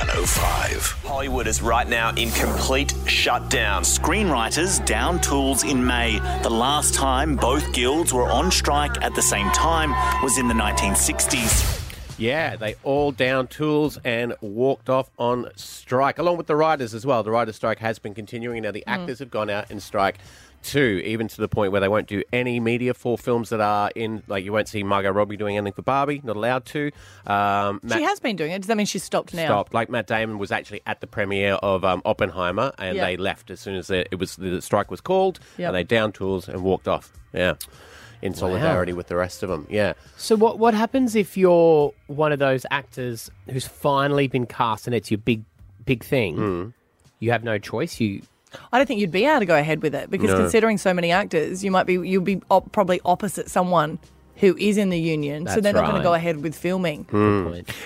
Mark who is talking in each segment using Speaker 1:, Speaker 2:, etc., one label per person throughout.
Speaker 1: five.
Speaker 2: Hollywood is right now in complete shutdown.
Speaker 3: Screenwriters down tools in May. The last time both guilds were on strike at the same time was in the 1960s.
Speaker 4: Yeah, they all down tools and walked off on strike, along with the writers as well. The writers' strike has been continuing. Now, the
Speaker 5: Hmm.
Speaker 4: actors have gone out in strike too, even to the point where they won't do any media for films that are in, like, you won't see Margot Robbie doing anything for Barbie, not allowed to. Um, Matt
Speaker 5: She has been doing it. Does that mean she's stopped now?
Speaker 4: stopped. Like, Matt Damon was actually at the premiere of um, Oppenheimer, and
Speaker 5: Yeah.
Speaker 4: they left as soon as it it was the strike was called,
Speaker 5: Yep.
Speaker 4: and they down tools and walked off. Yeah. In solidarity with the rest of them, yeah.
Speaker 6: So what what happens if you're one of those actors who's finally been cast and it's your big big thing? You have no choice. You
Speaker 5: I don't think you'd be able to go ahead with it because
Speaker 4: No.
Speaker 5: considering so many actors, you might be you'll be op- probably opposite someone who is in the union, so
Speaker 6: That's
Speaker 5: they're not going
Speaker 6: right.
Speaker 5: to go ahead with filming.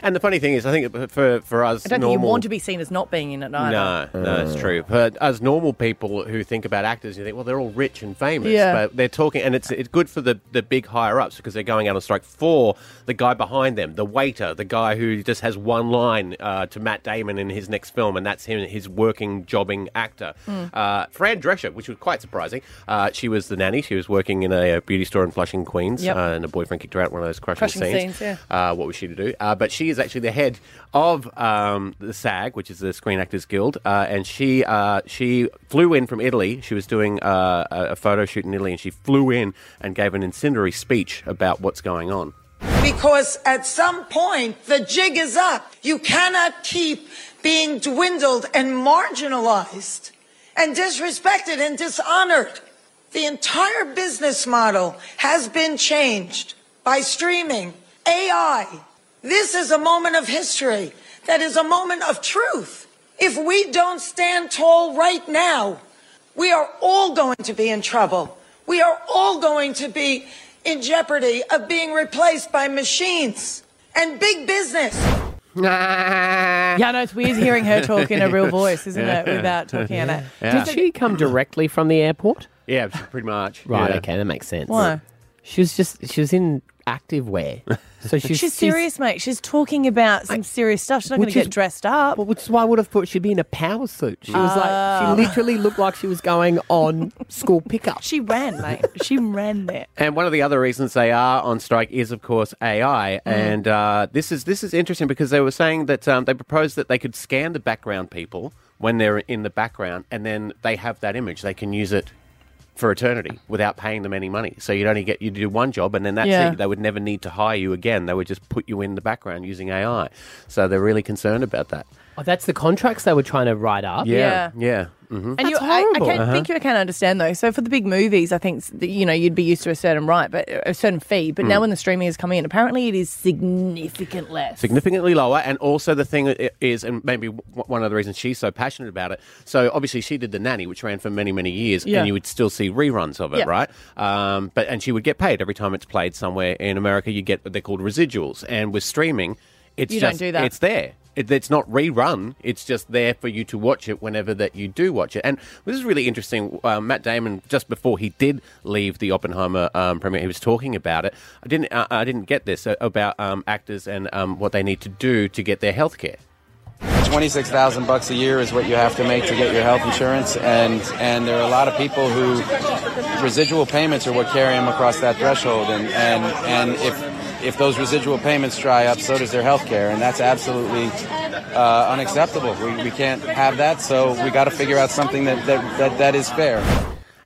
Speaker 4: And the funny thing is, I think for for us
Speaker 5: I don't think you
Speaker 4: normal,
Speaker 5: want to be seen as not being in it either.
Speaker 4: No, no, it's true. But as normal people who think about actors, you think, well, they're all rich and famous.
Speaker 5: Yeah.
Speaker 4: But they're talking, and it's it's good for the, the big higher ups because they're going out on strike for the guy behind them, the waiter, the guy who just has one line uh, to Matt Damon in his next film, and that's him, his working, jobbing actor. Uh, Fran Drescher, which was quite surprising, uh, she was the nanny. She was working in a, uh beauty store in Flushing, Queens,
Speaker 5: Yep.
Speaker 4: uh, and her boyfriend kicked her out in one of those crushing,
Speaker 5: Crushing scenes, yeah.
Speaker 4: uh, what was she to do? Uh, but she is actually the head of um, the SAG, which is the Screen Actors Guild, uh, and she uh, she flew in from Italy. She was doing uh, a a photo shoot in Italy, and she flew in and gave an incendiary speech about what's going on.
Speaker 7: because at some point the jig is up. You cannot keep being dwindled and marginalized and disrespected and dishonored. The entire business model has been changed by streaming, AI. This is a moment of history that is a moment of truth. If we don't stand tall right now, we are all going to be in trouble. We are all going to be in jeopardy of being replaced by machines and big business.
Speaker 5: Yeah, no, it's weird hearing her talk in a real voice, isn't it? Without talking in it.
Speaker 6: did she come directly from the airport?
Speaker 4: Yeah, pretty much.
Speaker 6: Right.
Speaker 4: Yeah.
Speaker 6: Okay, that makes sense.
Speaker 5: Why?
Speaker 6: She was just she was in active wear, so she's,
Speaker 5: She's serious, mate. She's talking about some serious stuff. She's not going to
Speaker 6: Which
Speaker 5: get
Speaker 6: is-
Speaker 5: dressed up.
Speaker 6: Well, which is why I would have thought she'd be in a power suit. She was
Speaker 5: Ah.
Speaker 6: like, she literally looked like she was going on school pickup.
Speaker 5: She ran, mate. She ran there.
Speaker 4: And one of the other reasons they are on strike is, of course, AI.
Speaker 5: Mm.
Speaker 4: And uh, this is this is interesting because they were saying that um, they proposed that they could scan the background people when they're in the background, and then they have that image. They can use it for eternity without paying them any money. So you'd only get you do one job, and then that's
Speaker 5: Yeah.
Speaker 4: it. They would never need to hire you again. They would just put you in the background using AI. So they're really concerned about that.
Speaker 6: Oh, that's the contracts they were trying to write up.
Speaker 4: Yeah,
Speaker 5: Yeah.
Speaker 4: yeah. hmm
Speaker 5: And you,
Speaker 6: That's
Speaker 5: I, I
Speaker 6: horrible.
Speaker 5: can't think you can understand though. So for the big movies, I think that, you know you'd be used to a certain right, but uh, a certain fee. But
Speaker 4: Hmm.
Speaker 5: now when the streaming is coming in, apparently it is significant less.
Speaker 4: significantly lower. And also the thing i- is, and maybe w- one of the reasons she's so passionate about it. So obviously she did the nanny, which ran for many many years,
Speaker 5: Yeah.
Speaker 4: and you would still see reruns of it,
Speaker 5: Yeah.
Speaker 4: right? Um, but and she would get paid every time it's played somewhere in America. You get they're called residuals, and with streaming, it's
Speaker 5: You don't
Speaker 4: just
Speaker 5: do that.
Speaker 4: it's there. It, it's not rerun. It's just there for you to watch it whenever that you do watch it. And this is really interesting. Uh, Matt Damon, just before he did leave the Oppenheimer um, premiere, he was talking about it. I didn't. Uh, I didn't get this uh, about um, actors and um, what they need to do to get their health care.
Speaker 8: 26,000 bucks a year is what you have to make to get your health insurance and and there are a lot of people who residual payments are what carry them across that threshold and and and if if those residual payments dry up so does their health care and that's absolutely uh, unacceptable we, we can't have that so we got to figure out something that that, that that is fair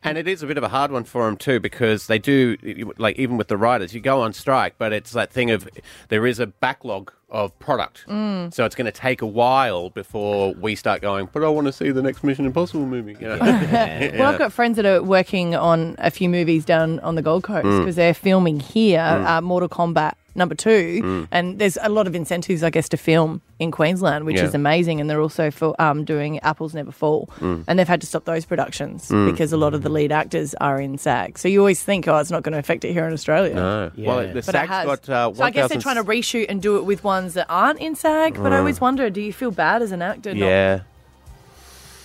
Speaker 4: And it is a bit of a hard one for them too because they do like even with the writers, you go on strike, but it's that thing of there is a backlog of product, so it's going to take a while before we start going. But I want to see the next Mission Impossible movie. You know?
Speaker 5: Well, I've got friends that are working on a few movies down on the Gold Coast
Speaker 4: Mm.
Speaker 5: because they're filming here uh, Mortal Kombat number two,
Speaker 4: Mm.
Speaker 5: and there's a lot of incentives, I guess, to film in Queensland, which
Speaker 4: Yeah.
Speaker 5: is amazing. And they're also for, um, doing Apples Never Fall,
Speaker 4: Mm.
Speaker 5: and they've had to stop those productions because a lot of the lead actors are in SAG. So you always think, oh, it's not going to affect it here in Australia.
Speaker 4: Well, the
Speaker 5: But it
Speaker 4: SAG's
Speaker 5: has.
Speaker 4: got uh,
Speaker 5: so I guess they're
Speaker 4: 1,000
Speaker 5: trying to reshoot and do it with ones that aren't in SAG. But I
Speaker 4: Mm.
Speaker 5: always wonder, do you feel bad as an actor? not-
Speaker 4: Yeah.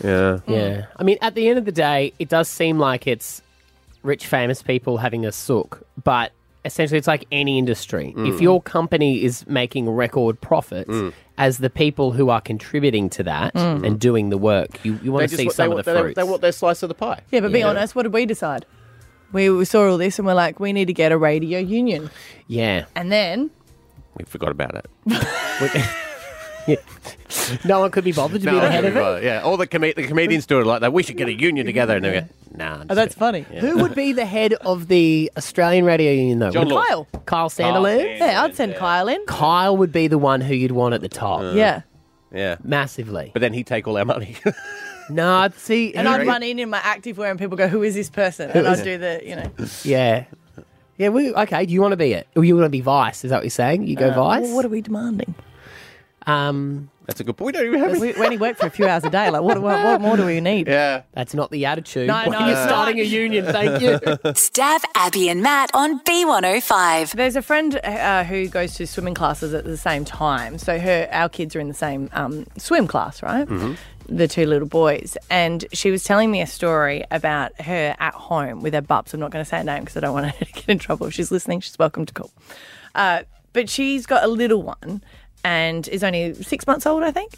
Speaker 4: Yeah.
Speaker 6: Yeah. I mean, at the end of the day, it does seem like it's rich, famous people having a sook, Mm. but essentially it's like any industry. If your company is making record profits as the people who are contributing to that and doing the work. You, you want to see some of the
Speaker 4: they-
Speaker 6: fruits.
Speaker 4: they want their slice of the pie.
Speaker 5: Yeah, but be honest, what did we decide? We, we saw all this and we're like, we need to get a radio union.
Speaker 6: yeah.
Speaker 5: And then
Speaker 4: We forgot about it.
Speaker 6: No one could be bothered to be the head of it.
Speaker 4: Yeah, all the, com- the comedians do it like that. We should get a union together. And they go, nah.
Speaker 5: Oh, that's funny.
Speaker 6: Who would be the head of the Australian Radio Union, though?
Speaker 4: John
Speaker 6: Would-
Speaker 4: Law.
Speaker 5: Kyle.
Speaker 6: Kyle Sandilands?
Speaker 5: Yeah, I'd send Kyle in.
Speaker 6: Kyle would be the one who you'd want at the top.
Speaker 5: Yeah.
Speaker 4: Yeah.
Speaker 6: Massively.
Speaker 4: But then he'd take all our money.
Speaker 6: no, I'd see.
Speaker 5: And I'd run in in my active wear and people go, who is this person? And I'd do the, you know.
Speaker 6: Yeah. Yeah, we, okay. Do you want to be it? Or you want to be Vice? Is that what you're saying? You go Vice?
Speaker 5: Uh, Well, what are we demanding?
Speaker 6: um,
Speaker 4: that's a good point. We don't even have any.
Speaker 5: We, we only work for a few hours a day. Like, what, what, what more do we need?
Speaker 4: Yeah.
Speaker 6: that's not the attitude.
Speaker 5: No, no,
Speaker 6: you're
Speaker 5: no.
Speaker 6: starting a union. Thank you.
Speaker 1: Stab Abby and Matt on B105.
Speaker 5: There's a friend uh, who goes to swimming classes at the same time. So her, our kids are in the same um, swim class, right?
Speaker 4: Mm-hmm.
Speaker 5: The two little boys, and she was telling me a story about her at home with her bups. I'm not going to say her name because I don't want her to get in trouble. If she's listening, she's welcome to call. Uh, but she's got a little one, and is only six months old, I think.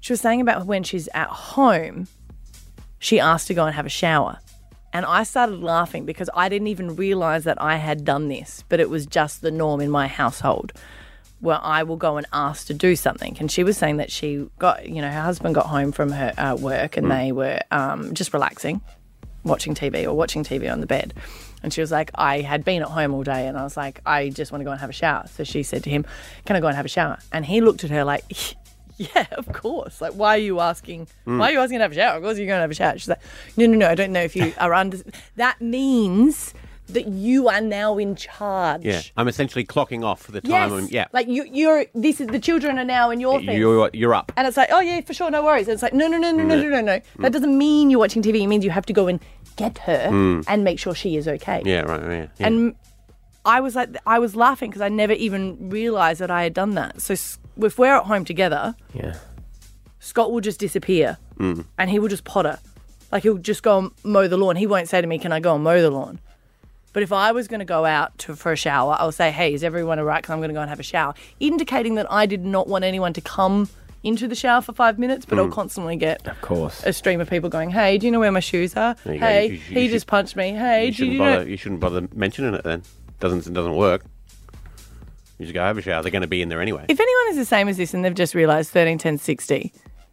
Speaker 5: She was saying about when she's at home, she asked to go and have a shower. And I started laughing because I didn't even realize that I had done this, but it was just the norm in my household where I will go and ask to do something. And she was saying that she got, you know, her husband got home from her uh, work and they were um, just relaxing, watching TV or watching TV on the bed. And she was like, I had been at home all day and I was like, I just want to go and have a shower. So she said to him, Can I go and have a shower? And he looked at her like, yeah, of course. Like, why are you asking? Why are you asking to have a shower? Of course you're going to have a shower. She's like, no, no, no. I don't know if you are under. That means that you are now in charge.
Speaker 4: Yeah. I'm essentially clocking off for the
Speaker 5: Yes.
Speaker 4: time. I'm- Yeah.
Speaker 5: Like you, you're. This is the children are now in your thing.
Speaker 4: you're, you're up.
Speaker 5: and it's like, oh yeah, for sure, no worries. And it's like, no, no, no, no, no, no, no, no.
Speaker 4: Mm.
Speaker 5: That doesn't mean you're watching TV. It means you have to go and get her and make sure she is okay.
Speaker 4: Mm. Yeah, right. Yeah. yeah.
Speaker 5: And I was like, I was laughing because I never even realised that I had done that. So s- if we're at home together,
Speaker 6: Yeah.
Speaker 5: Scott will just disappear
Speaker 4: Mm.
Speaker 5: and he will just potter. Like he'll just go and mow the lawn. He won't say to me, Can I go and mow the lawn? But if I was going to go out to, for a shower, I'll say, Hey, is everyone all right? Because I'm going to go and have a shower, indicating that I did not want anyone to come into the shower for five minutes, but
Speaker 4: Mm.
Speaker 5: I'll constantly get
Speaker 6: Of course.
Speaker 5: a stream of people going, Hey, do you know where my shoes are?
Speaker 4: you go.
Speaker 5: Hey,
Speaker 4: You should- you
Speaker 5: he
Speaker 4: should-
Speaker 5: just punched me. Hey,
Speaker 4: you
Speaker 5: do
Speaker 4: shouldn't
Speaker 5: you
Speaker 4: bother.
Speaker 5: know?
Speaker 4: You shouldn't bother mentioning it then. Doesn't it doesn't work. You just go have a shower. They're going to be in there anyway.
Speaker 5: If anyone is the same as this and they've just realised 13, 10, 60,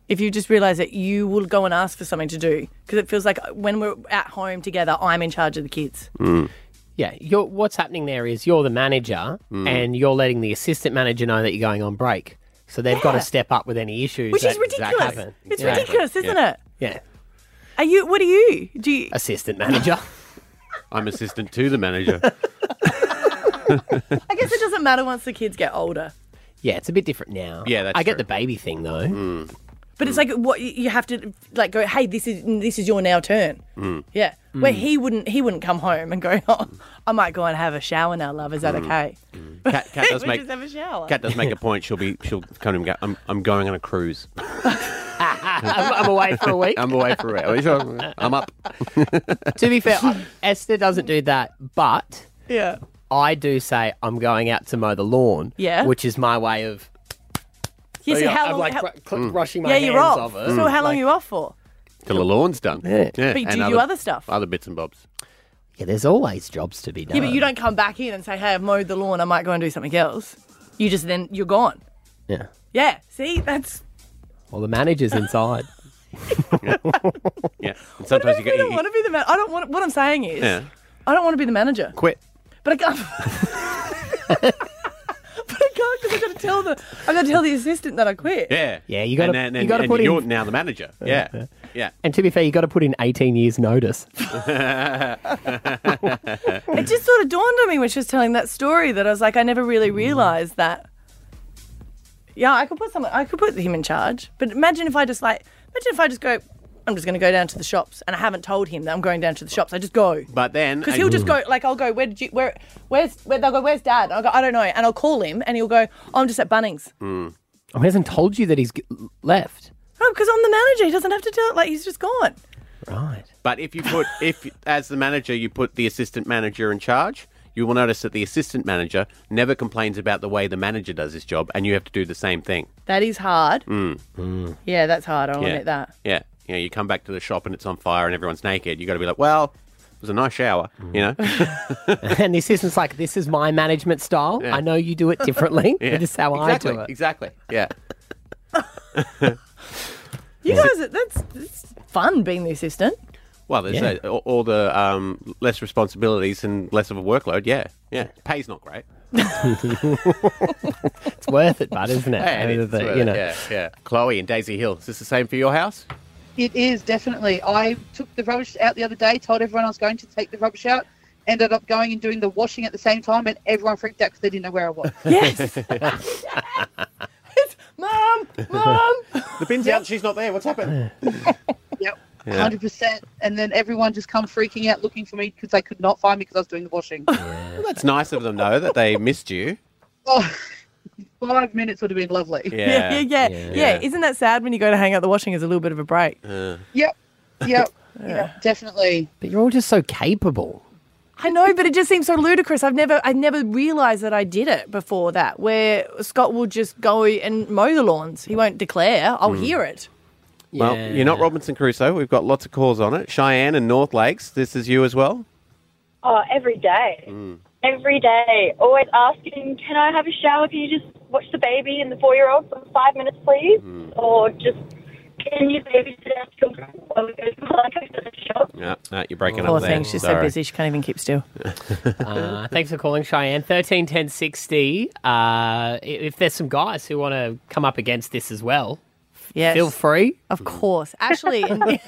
Speaker 5: if you just realise that you will go and ask for something to do, because it feels like when we're at home together, I'm in charge of the kids.
Speaker 4: Mm.
Speaker 6: Yeah, you're, what's happening there is you're the manager
Speaker 4: Mm.
Speaker 6: and you're letting the assistant manager know that you're going on break. So they've got to
Speaker 5: Yeah.
Speaker 6: step up with any issues.
Speaker 5: Which is
Speaker 6: that- that
Speaker 5: ridiculous.
Speaker 6: happen.
Speaker 5: It's
Speaker 6: yeah.
Speaker 5: ridiculous, isn't it?
Speaker 6: Yeah.
Speaker 5: Are you? What are you? Do you?
Speaker 6: Assistant manager.
Speaker 4: I'm assistant to the manager.
Speaker 5: I guess it doesn't matter once the kids get older.
Speaker 6: yeah, it's a bit different now.
Speaker 4: Yeah, that's
Speaker 6: I get
Speaker 4: true. Mm.
Speaker 6: the baby thing though.
Speaker 5: But it's like what you you have to like go. Hey, this is this is your now turn.
Speaker 4: Mm.
Speaker 5: Yeah, where he wouldn't he wouldn't come home and go. Oh, I might go and have a shower now, love. Is that okay?
Speaker 4: Cat, cat does
Speaker 5: We
Speaker 4: make
Speaker 5: just have a shower.
Speaker 4: Cat does make a point. She'll be she'll come to him. And go, I'm I'm going on a cruise.
Speaker 6: I'm, I'm away for a week. Um,
Speaker 4: I'm away for it. I'm up.
Speaker 6: to be fair, I- Esther doesn't do that, but
Speaker 5: Yeah.
Speaker 6: I do say I'm going out to mow the lawn.
Speaker 5: Yeah.
Speaker 6: Which is my way of
Speaker 5: You see how
Speaker 6: I'm
Speaker 5: long?
Speaker 6: like
Speaker 5: how- Hmm.
Speaker 6: ru- cl- brushing my
Speaker 5: yeah,
Speaker 6: hands
Speaker 5: you're off.
Speaker 6: off it.
Speaker 5: So how long are you off for?
Speaker 4: Till the lawn's done. Yeah.
Speaker 5: But you
Speaker 4: and
Speaker 5: do other, stuff.
Speaker 4: Other bits and bobs.
Speaker 6: Yeah, there's always jobs to be done.
Speaker 5: yeah, but you don't come back in and say, "Hey, I've mowed the lawn. I might go and do something else." You just then you're gone.
Speaker 6: Yeah.
Speaker 5: Yeah. See, that's
Speaker 6: Well, the manager's inside.
Speaker 4: Yeah. And sometimes you
Speaker 5: I
Speaker 4: get
Speaker 5: don't
Speaker 4: you,
Speaker 5: want to be the man. I don't want. What I'm saying is,
Speaker 4: Yeah.
Speaker 5: I don't want to be the manager.
Speaker 4: quit.
Speaker 5: But I can't. but I can't because I got to tell the. I got to tell the assistant that I quit.
Speaker 4: Yeah.
Speaker 6: Yeah, you gotta-
Speaker 4: And then,
Speaker 6: you
Speaker 4: and-
Speaker 6: gotta
Speaker 4: and
Speaker 6: put in-
Speaker 4: you're now the manager. Yeah. Yeah.
Speaker 6: And to be fair, you got to put in 18 years' notice.
Speaker 5: It just sort of dawned on me when she was telling that story that I was like, I never really
Speaker 4: Mm.
Speaker 5: realised that. Yeah, I could put someone. I could put him in charge. But imagine if I just like. Imagine if I just go. I'm just going to go down to the shops, and I haven't told him that I'm going down to the shops. I just go.
Speaker 4: But then
Speaker 5: Because he'll just go like, "I'll go. Where did you? Where? Where's? Where? They'll go. Where's Dad? And I'll go. I don't know. And I'll call him, and he'll go. Oh, I'm just at Bunnings.
Speaker 4: Hmm.
Speaker 6: Oh, he hasn't told you that he's g- left.
Speaker 5: No, because Oh, I'm the manager. He doesn't have to tell. Like he's just gone.
Speaker 6: Right.
Speaker 4: But if you put if as the manager you put the assistant manager in charge, you will notice that the assistant manager never complains about the way the manager does his job, and you have to do the same thing.
Speaker 5: That is hard.
Speaker 6: Hmm.
Speaker 5: Yeah, that's hard. I'll
Speaker 4: Yeah.
Speaker 5: admit that.
Speaker 4: Yeah. You know, you come back to the shop and it's on fire and everyone's naked. You got to be like, well, it was a nice shower,
Speaker 6: Hmm.
Speaker 4: you know?
Speaker 6: and the assistant's like, "This is my management style. I know you do it differently.
Speaker 4: Yeah.
Speaker 6: But this is how
Speaker 4: exactly,
Speaker 6: I do it."
Speaker 4: Exactly. Yeah.
Speaker 5: You guys, that's, that's fun being the assistant.
Speaker 4: Well, there's
Speaker 6: Yeah.
Speaker 4: uh, all, all the um, less responsibilities and less of a workload. Yeah. Yeah. Pay's not great.
Speaker 6: It's worth it, bud, isn't it?
Speaker 4: Yeah, it
Speaker 6: End
Speaker 4: is.
Speaker 6: of the-
Speaker 4: It's worth
Speaker 6: you
Speaker 4: it.
Speaker 6: know.
Speaker 4: Yeah. Yeah. Chloe and Daisy Hill. Is this the same for your house?
Speaker 9: It is definitely. I took the rubbish out the other day, told everyone I was going to take the rubbish out, ended up going and doing the washing at the same time, and everyone freaked out because they didn't know where I was.
Speaker 5: Yes. Mom, mom.
Speaker 4: The bin's out. She's not there. What's happened?
Speaker 9: yep. 100%. And then everyone just come freaking out looking for me because they could not find me because I was doing the washing.
Speaker 4: Well, that's nice of them, though, that they missed you.
Speaker 9: oh, five minutes would have been lovely.
Speaker 5: Yeah. Yeah, yeah, yeah,
Speaker 4: Yeah.
Speaker 5: Isn't that sad when you go to hang out the washing as a little bit of a break?
Speaker 4: Uh.
Speaker 9: Yep. Yep. Yep. Definitely.
Speaker 6: But you're all just so capable.
Speaker 5: I know, but it just seems so ludicrous. I've never, I never realised that I did it before that. Where Scott will just go and mow the lawns. He won't declare.
Speaker 4: Mm.
Speaker 5: I'll hear it.
Speaker 4: Well,
Speaker 6: Yeah.
Speaker 4: you're not Robinson Crusoe. We've got lots of calls on it. Cheyenne and North Lakes. This is you as well. Mm.
Speaker 10: Oh, every day. Every day. Always asking, can I have a shower? Can you just watch the baby and the four year old for five minutes, please? Or just, can you babysit our children while we go to Malaco to the shop?
Speaker 4: Yeah, no, you're breaking
Speaker 5: Poor
Speaker 4: up there.
Speaker 5: thing, she's so
Speaker 4: Sorry.
Speaker 5: busy she can't even keep still.
Speaker 6: Uh, thanks for calling, Cheyenne. Thirteen ten sixty. Uh, i- if there's some guys who want to come up against this as well,
Speaker 5: Yes,
Speaker 6: feel free.
Speaker 5: of course. Ashley,
Speaker 6: What are you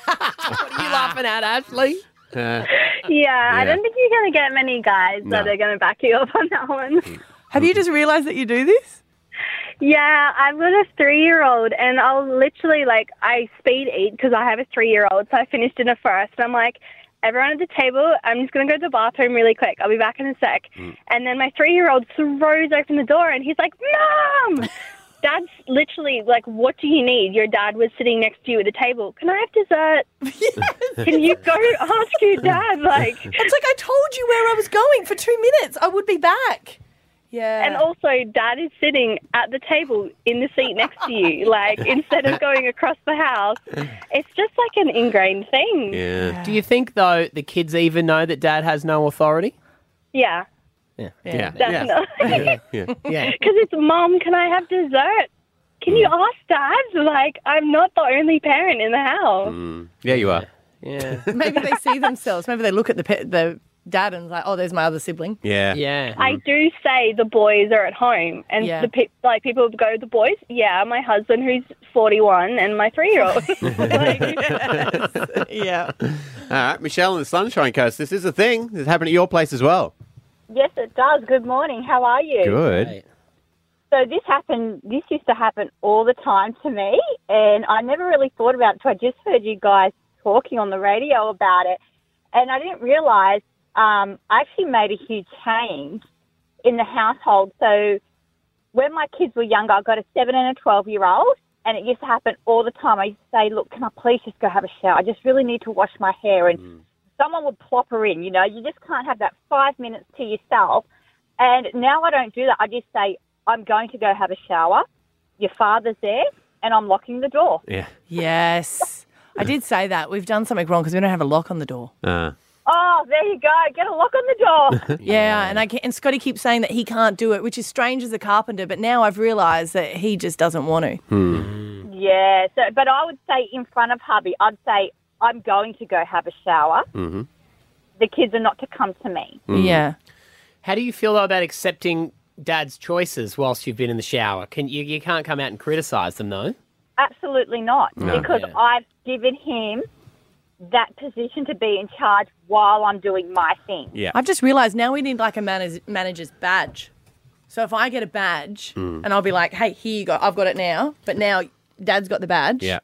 Speaker 6: laughing at, Ashley?
Speaker 4: Yeah.
Speaker 10: Yeah,
Speaker 4: Yeah.
Speaker 10: I don't think you're going to get many guys that
Speaker 4: No.
Speaker 10: are going to back you up on that one.
Speaker 5: have you just realised that you do this?
Speaker 10: Yeah, I've got a three year old, and I'll literally, like, I speed eat because I have a three year old. So I finished dinner first, and I'm like, everyone at the table, I'm just going to go to the bathroom really quick. I'll be back in a sec. And then my three year old throws open the door, and he's like, Mom! Dad's literally like, What do you need? Your dad was sitting next to you at the table. Can I have dessert? Can you go ask your dad? Like,
Speaker 5: It's like I told you where I was going for two minutes. I would be back. Yeah.
Speaker 10: And also, dad is sitting at the table in the seat next to you. Like, instead of going across the house, it's just like an ingrained thing. Yeah.
Speaker 4: Yeah.
Speaker 6: Do you think though the kids even know that Dad has no authority?
Speaker 4: Yeah.
Speaker 10: definitely. Because
Speaker 6: Yeah.
Speaker 10: it's, Mom, can I have dessert? Can you
Speaker 5: Mm.
Speaker 10: ask dad? Like, I'm not the only parent in the house.
Speaker 4: Mm. Yeah, you are.
Speaker 6: Yeah.
Speaker 5: Maybe they see themselves. Maybe they look at the pe- the dad and like, oh, there's my other sibling.
Speaker 4: Yeah.
Speaker 6: Yeah.
Speaker 10: I do say the boys are at home, and
Speaker 5: Yeah.
Speaker 10: the pe- like people go, the boys, yeah, my husband who's 41 and my three year old.
Speaker 5: yeah.
Speaker 4: All right, Michelle and the Sunshine Coast. This is a thing. This happened at your place as well.
Speaker 10: yes, it does. Good morning. How are you?
Speaker 4: Good.
Speaker 10: So this happened. This used to happen all the time to me, and I never really thought about it. So I just heard you guys talking on the radio about it, and I didn't realise um, I actually made a huge change in the household. So when my kids were younger, I got a seven and a twelve-year-old, and it used to happen all the time. I used to say, "Look, can I please just go have a shower? I just really need to wash my hair." And someone would plop her in. You know, you just can't have that five minutes to yourself. And now I don't do that. I just say, I'm going to go have a shower. Your father's there, and I'm locking the door.
Speaker 4: Yeah.
Speaker 5: Yes. I did say that. We've done something wrong because we don't have a lock on the door.
Speaker 4: Uh,
Speaker 10: Oh, there you go. Get a lock on the door.
Speaker 5: Yeah, and I can, and Scotty keeps saying that he can't do it, which is strange as a carpenter. But now I've realised that he just doesn't want to.
Speaker 10: yeah. So, but I would say in front of hubby, I'd say, I'm going to go have a shower. Mm-hmm. The kids are not to come to me.
Speaker 6: Mm.
Speaker 5: Yeah,
Speaker 4: Mm-hmm.
Speaker 6: How do you feel though about accepting Dad's choices whilst you've been in the shower? Can you you can't come out and criticise them though?
Speaker 10: Absolutely not. Because
Speaker 6: Yeah.
Speaker 10: I've given him that position to be in charge while I'm doing my thing.
Speaker 4: yeah.
Speaker 5: I've just realised now we need like a manage, manager's badge. So if I get a badge and I'll be like, "Hey, here you go. I've got it now." But now Dad's got the badge.
Speaker 4: Yeah.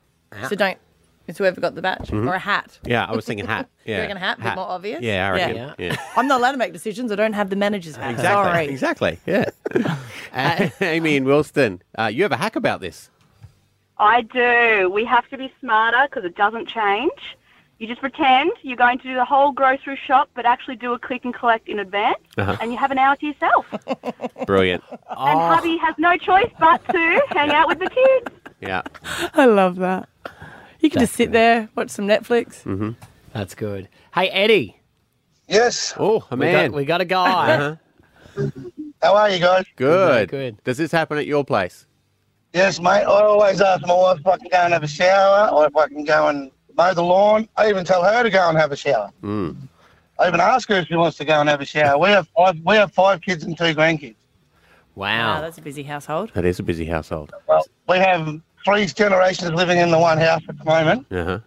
Speaker 5: So don't. It's whoever got the badge or a hat.
Speaker 4: Yeah, I was thinking hat. Yeah.
Speaker 5: reckon hat, bit more obvious?
Speaker 4: Yeah, I
Speaker 5: Yeah.
Speaker 4: reckon. Yeah.
Speaker 6: Yeah.
Speaker 5: I'm not allowed to make decisions. I don't have the manager's badge.
Speaker 4: Exactly.
Speaker 5: Sorry.
Speaker 4: Exactly. Yeah. Uh, Amy and Wilston, uh, you have a hack about this.
Speaker 10: I do. We have to be smarter because it doesn't change.
Speaker 11: You just pretend you're going to do the whole grocery shop, but actually do a click and collect in advance, and you have an hour to yourself.
Speaker 4: Brilliant.
Speaker 11: And
Speaker 5: Oh.
Speaker 11: hubby has no choice but to hang out with the kids.
Speaker 4: Yeah.
Speaker 5: I love that. You can just sit there, watch some Netflix.
Speaker 4: Mm-hmm.
Speaker 6: That's good. Hey, Eddie.
Speaker 1: Yes.
Speaker 4: Oh, a
Speaker 6: We
Speaker 4: man.
Speaker 6: got, we got a guy.
Speaker 4: Uh-huh.
Speaker 1: How are you guys?
Speaker 4: Good.
Speaker 6: good.
Speaker 4: Does this happen at your place?
Speaker 1: Yes, mate. I always ask my wife if I can go and have a shower, or if I can go and mow the lawn. I even tell her to go and have a shower.
Speaker 4: Mm.
Speaker 1: I even ask her if she wants to go and have a shower. We have five, we have five kids and two grandkids.
Speaker 5: Wow,
Speaker 6: Wow.
Speaker 5: that's a busy household.
Speaker 4: That is a busy household.
Speaker 1: Well, we have three generations living in the one house at the moment,
Speaker 4: Uh-huh.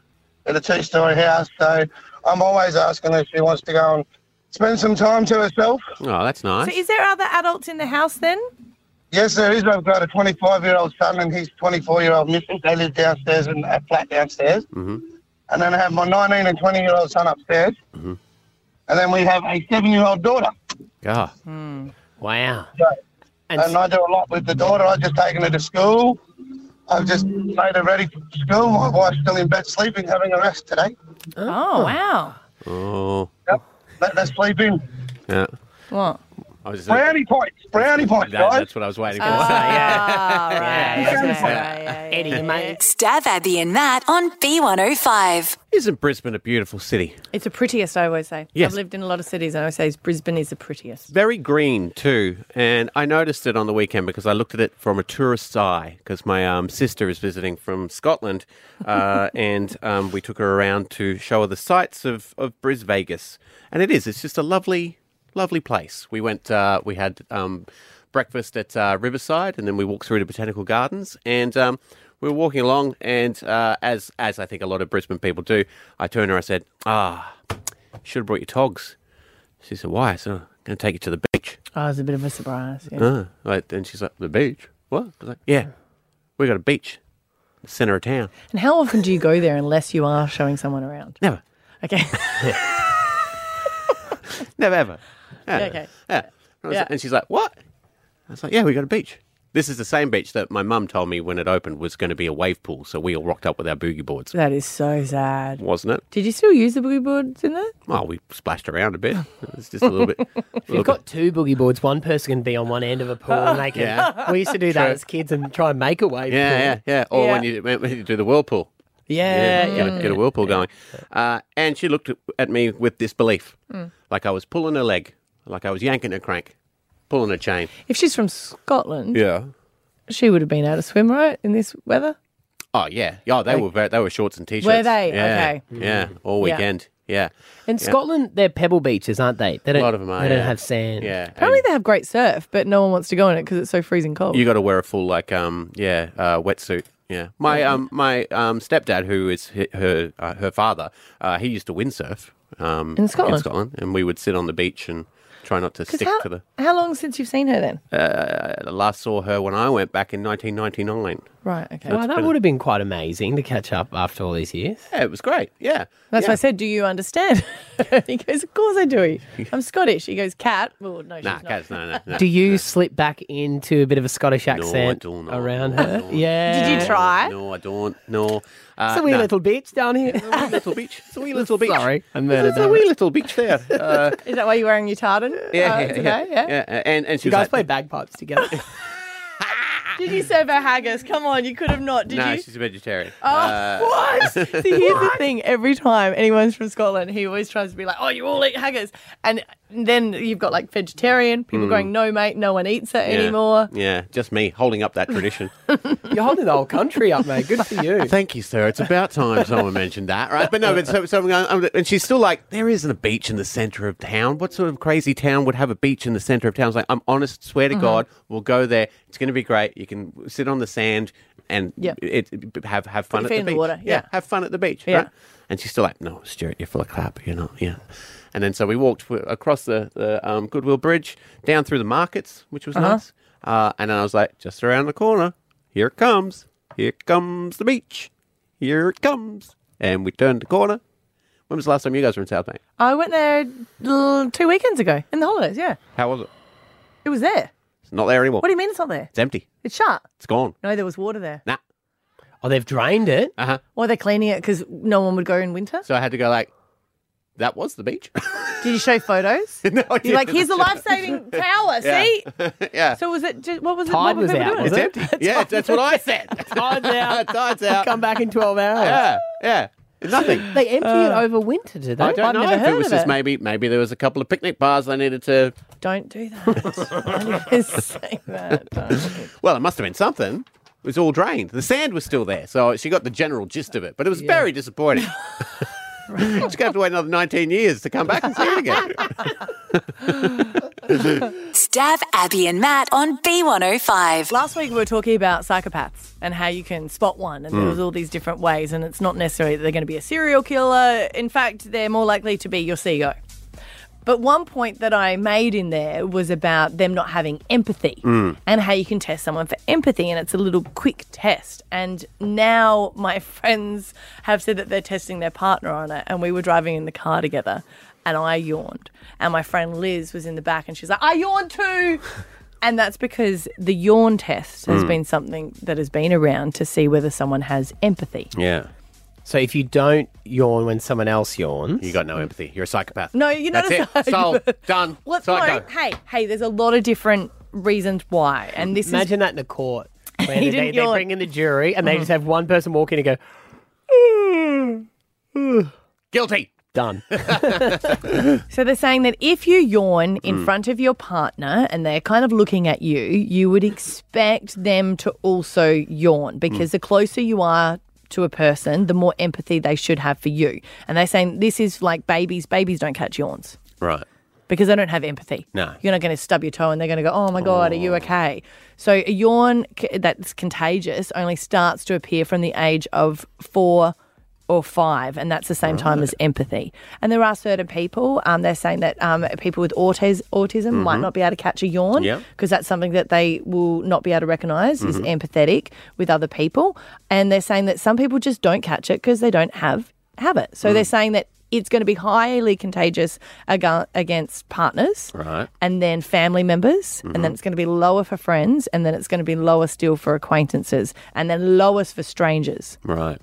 Speaker 1: in a two-story house. So I'm always asking her if she wants to go and spend some time to herself.
Speaker 4: Oh, that's nice.
Speaker 5: So, is there other adults in the house then?
Speaker 1: Yes, there is. I've got a 25-year-old son and his 24-year-old missus. They live downstairs in a flat downstairs.
Speaker 4: Mhm.
Speaker 1: And then I have my 19 and 20-year-old son upstairs.
Speaker 4: Mm-hmm.
Speaker 1: And then we have a seven-year-old daughter.
Speaker 4: God.
Speaker 5: Hmm.
Speaker 6: Wow. And,
Speaker 1: And I do a lot with the daughter. I've just taken her to school. I've just made her ready for school. My wife's still in bed sleeping, having a rest today.
Speaker 5: Oh, wow.
Speaker 4: Oh.
Speaker 1: Yep. Let her sleep in.
Speaker 4: Yeah.
Speaker 5: What?
Speaker 4: I was just
Speaker 1: Brownie points. Brownie points,
Speaker 4: that,
Speaker 1: guys.
Speaker 4: that's what I was waiting for.
Speaker 5: Ah, right,
Speaker 6: Yeah,
Speaker 5: okay,
Speaker 6: yeah,
Speaker 5: yeah,
Speaker 12: Uh,
Speaker 5: yeah, yeah.
Speaker 6: Eddie, mate.
Speaker 12: Stab Abby and Matt on B105.
Speaker 4: Isn't Brisbane a beautiful city?
Speaker 5: It's the prettiest, I always say.
Speaker 4: Yes.
Speaker 5: I've lived in a lot of cities, and I always say Brisbane is the prettiest.
Speaker 4: Very green too, and I noticed it on the weekend because I looked at it from a tourist's eye. Because my um, sister is visiting from Scotland, uh, and um, we took her around to show her the sights of of Bris Vegas, and it is. It's just a lovely, lovely place. We went. Uh, we had um, breakfast at uh, Riverside, and then we walked through to Botanical Gardens, and um, we were walking along. And uh, as as I think a lot of Brisbane people do, I turned to her. I said, "Ah, should have brought your togs." She said, "Why?" I said, "I'm going to take you to the beach."
Speaker 5: Oh, it's a bit of a surprise. Yeah.
Speaker 4: Uh, like, and she's like, "The beach? What?" I was like, "Yeah, we got a beach, the center of town."
Speaker 5: And how often do you go there unless you are showing someone around?
Speaker 4: Never,
Speaker 5: Okay.
Speaker 4: never ever. Yeah.
Speaker 5: okay.
Speaker 4: Yeah. And, I was
Speaker 5: Yeah.
Speaker 4: like- and she's like, "What?" I was like, "Yeah, we got a beach." This is the same beach that my mum told me when it opened was going to be a wave pool, so we all rocked up with our boogie boards,
Speaker 5: That is so sad.
Speaker 4: wasn't it?
Speaker 5: Did you still use the boogie boards in there?
Speaker 4: Well, we splashed around a bit. It's just a little bit.
Speaker 6: We've got two boogie boards. One person can be on one end of a pool, and they can.
Speaker 4: Yeah.
Speaker 6: We used to do that as kids and try and make a wave.
Speaker 4: yeah,
Speaker 6: pool.
Speaker 4: yeah, yeah. Or when
Speaker 5: Yeah.
Speaker 4: you when you do the whirlpool.
Speaker 6: yeah,
Speaker 4: get, a, get a whirlpool going. Uh, and she looked at, at me with disbelief,
Speaker 5: Mm.
Speaker 4: like I was pulling her leg, like I was yanking her crank, pulling her chain.
Speaker 5: If she's from Scotland,
Speaker 4: Yeah.
Speaker 5: she would have been able to swim, right, in this weather?
Speaker 4: Oh yeah. Yeah. they were very, they were shorts and t-shirts.
Speaker 5: Were they?
Speaker 4: Yeah.
Speaker 5: Okay.
Speaker 4: Yeah. All
Speaker 5: Yeah.
Speaker 4: weekend. Yeah.
Speaker 6: In Scotland, they're pebble beaches, aren't they? They don't,
Speaker 4: lot of 'em are,
Speaker 6: They don't
Speaker 4: yeah.
Speaker 6: have sand.
Speaker 4: Yeah.
Speaker 5: Apparently they have great surf, but no one wants to go in it because it's so freezing
Speaker 6: Oh.
Speaker 5: cold.
Speaker 4: You got to wear a full like um yeah uh, wetsuit. Yeah, my um my um stepdad, who is hi- her uh, her father, uh, he used to windsurf um
Speaker 5: In Scotland?
Speaker 4: and we would sit on the beach and try not to
Speaker 5: 'Cause
Speaker 4: stick
Speaker 5: how,
Speaker 4: to the.
Speaker 5: how long since you've seen her then?
Speaker 4: I last saw her when I went back in 1999.
Speaker 5: right, okay.
Speaker 6: Well, that would have been quite amazing to catch up after all these years.
Speaker 4: Yeah, it was great. Yeah,
Speaker 5: That's
Speaker 4: yeah.
Speaker 5: why I said, do you understand? he goes, of course I do. I'm Scottish. He goes, cat. Well, no, she's
Speaker 4: Nah,
Speaker 5: not.
Speaker 4: cats, no, no, no.
Speaker 6: Do you slip back into a bit of a Scottish
Speaker 4: I
Speaker 6: accent
Speaker 4: do not.
Speaker 6: around
Speaker 4: No, I
Speaker 6: her?
Speaker 4: don't.
Speaker 6: Yeah.
Speaker 5: Did you try?
Speaker 4: No, I don't. No, uh,
Speaker 6: It's a wee
Speaker 4: no.
Speaker 6: little beach down here.
Speaker 4: It's a wee little beach. It's a wee little beach.
Speaker 6: Sorry, I murdered
Speaker 4: it's a
Speaker 6: that. Oh,
Speaker 4: wee little beach there. Uh,
Speaker 5: Is that why you're wearing your tartan?
Speaker 4: yeah,
Speaker 5: uh,
Speaker 4: yeah,
Speaker 5: today?
Speaker 4: yeah,
Speaker 5: yeah.
Speaker 4: yeah, And and she
Speaker 6: You
Speaker 4: was
Speaker 6: guys play
Speaker 4: like,
Speaker 6: bagpipes together.
Speaker 5: Did you serve her haggis? Come on, you could have not. Did
Speaker 4: no,
Speaker 5: you? Oh,
Speaker 4: she's a vegetarian. Uh,
Speaker 5: what? See, here's the thing. Every time anyone's from Scotland, he always tries to be like, "Oh, you all eat haggis," and then you've got like vegetarian people going, "No, mate, no one eats it
Speaker 4: Mm. Yeah.
Speaker 5: anymore."
Speaker 4: Yeah, just me holding up that tradition.
Speaker 6: You're holding the whole country up, mate. Good for you.
Speaker 4: Thank you, sir. It's about time someone mentioned that, right? But no, but so, so I'm, going- I'm, and she's still like, there isn't a beach in the center of town. What sort of crazy town would have a beach in the center of town? I was like, I'm honest, swear to
Speaker 5: Uh-huh.
Speaker 4: God, we'll go there. It's going to be great. You can sit on the sand and
Speaker 5: Yep.
Speaker 4: it, it- have have fun
Speaker 5: your
Speaker 4: at
Speaker 5: feet
Speaker 4: the
Speaker 5: in
Speaker 4: beach.
Speaker 5: the water, yeah.
Speaker 4: have fun at the beach.
Speaker 5: Yeah.
Speaker 4: Right? And she's still like, no, Stuart, you're full of crap. You're not. Yeah. And then so we walked w- across the, the um, Goodwill Bridge down through the markets, which
Speaker 5: Uh-huh.
Speaker 4: was nice. Uh, and then I was like, just around the corner, here it comes. Here comes the beach. Here it comes. And we turned the corner. When was the last time you guys were in South Bank?
Speaker 5: I went there mm, two weekends ago in the holidays. Yeah,
Speaker 4: How was it?
Speaker 5: it was there.
Speaker 4: It's not there anymore.
Speaker 5: What do you mean it's not there?
Speaker 4: It's empty.
Speaker 5: It's shut.
Speaker 4: It's gone.
Speaker 5: No, there was water there.
Speaker 4: Nah.
Speaker 6: Oh, they've drained it.
Speaker 13: Uh-huh.
Speaker 5: Or they're cleaning it because no one would go in winter.
Speaker 13: So I had to go like, that was the beach.
Speaker 5: Did you show photos?
Speaker 13: no, I
Speaker 5: You're like,
Speaker 13: didn't.
Speaker 5: here's the life saving tower.
Speaker 13: Yeah.
Speaker 5: See.
Speaker 13: yeah.
Speaker 5: So was it? Just, what was it?
Speaker 13: Tide
Speaker 5: what were
Speaker 13: was
Speaker 5: people
Speaker 13: out,
Speaker 5: doing?
Speaker 13: was It's it? empty. Yeah, that's what I said.
Speaker 6: Tide's out.
Speaker 13: Tide's out.
Speaker 6: Come back in twelve hours.
Speaker 13: yeah, yeah. Nothing.
Speaker 6: They empty
Speaker 4: Uh,
Speaker 6: it over winter, do they?
Speaker 13: I don't
Speaker 5: I've
Speaker 13: know
Speaker 5: never
Speaker 13: if
Speaker 5: heard
Speaker 13: it was
Speaker 5: of
Speaker 13: just
Speaker 5: it.
Speaker 13: maybe maybe there was a couple of picnic bars they needed to.
Speaker 5: Don't do that. I'm just saying that. Oh, Don't.
Speaker 13: Well, it must have been something. It was all drained. The sand was still there, so she got the general gist of it. But it was very disappointing. She's going to have to wait another 19 years to come back and see it again.
Speaker 1: Stab Abby and Matt on B105.
Speaker 5: Last week we were talking about psychopaths and how you can spot one, and
Speaker 13: Hmm.
Speaker 5: there was all these different ways, and it's not necessarily that they're going to be a serial killer. In fact, they're more likely to be your CEO. But one point that I made in there was about them not having empathy
Speaker 13: Mm.
Speaker 5: and how you can test someone for empathy. And it's a little quick test. And now my friends have said that they're testing their partner on it. And we were driving in the car together and I yawned. And my friend Liz was in the back and she's like, I yawned too. And that's because the yawn test
Speaker 6: Mm.
Speaker 5: has been something that has been around to see whether someone has empathy.
Speaker 13: Yeah.
Speaker 6: So if you don't yawn when someone else yawns,
Speaker 13: You got no empathy. You're a psychopath.
Speaker 5: No, you're not
Speaker 13: That's
Speaker 5: a
Speaker 13: it. Sold. Done.
Speaker 5: Well, no,
Speaker 13: Psycho.
Speaker 5: hey, hey, there's a lot of different reasons why. And this is
Speaker 6: imagine that in a court. Where
Speaker 5: He
Speaker 6: they, they
Speaker 5: didn't yawn.
Speaker 6: bring in the jury and
Speaker 13: Mm-hmm.
Speaker 6: they just have one person walk in and go,
Speaker 5: Mm.
Speaker 13: Guilty.
Speaker 6: done.
Speaker 5: So they're saying that if you yawn in front of your partner and they're kind of looking at you, you would expect them to also yawn because the closer you are to a person, the more empathy they should have for you. And they're saying this is like babies. Babies don't catch yawns
Speaker 13: Right.
Speaker 5: because they don't have empathy.
Speaker 13: No.
Speaker 5: You're not going to stub your toe and they're going to go, oh my God, are you okay? So a yawn c- that's contagious only starts to appear from the age of four or five, and that's the same time as empathy. And there are certain people, um, they're saying that um, people with autis- autism might not be able to catch a yawn
Speaker 13: Mm-hmm. Yeah.
Speaker 5: because that's something that they will not be able to recognize is
Speaker 13: Mm-hmm.
Speaker 5: empathetic with other people. And they're saying that some people just don't catch it because they don't have have it.
Speaker 13: Mm.
Speaker 5: So they're saying that it's going to be highly contagious aga- against partners,
Speaker 13: Right. Mm-hmm.
Speaker 5: and then family members, and then it's going to be lower for friends, and then it's going to be lower still for acquaintances, and then lowest for strangers.
Speaker 13: Right.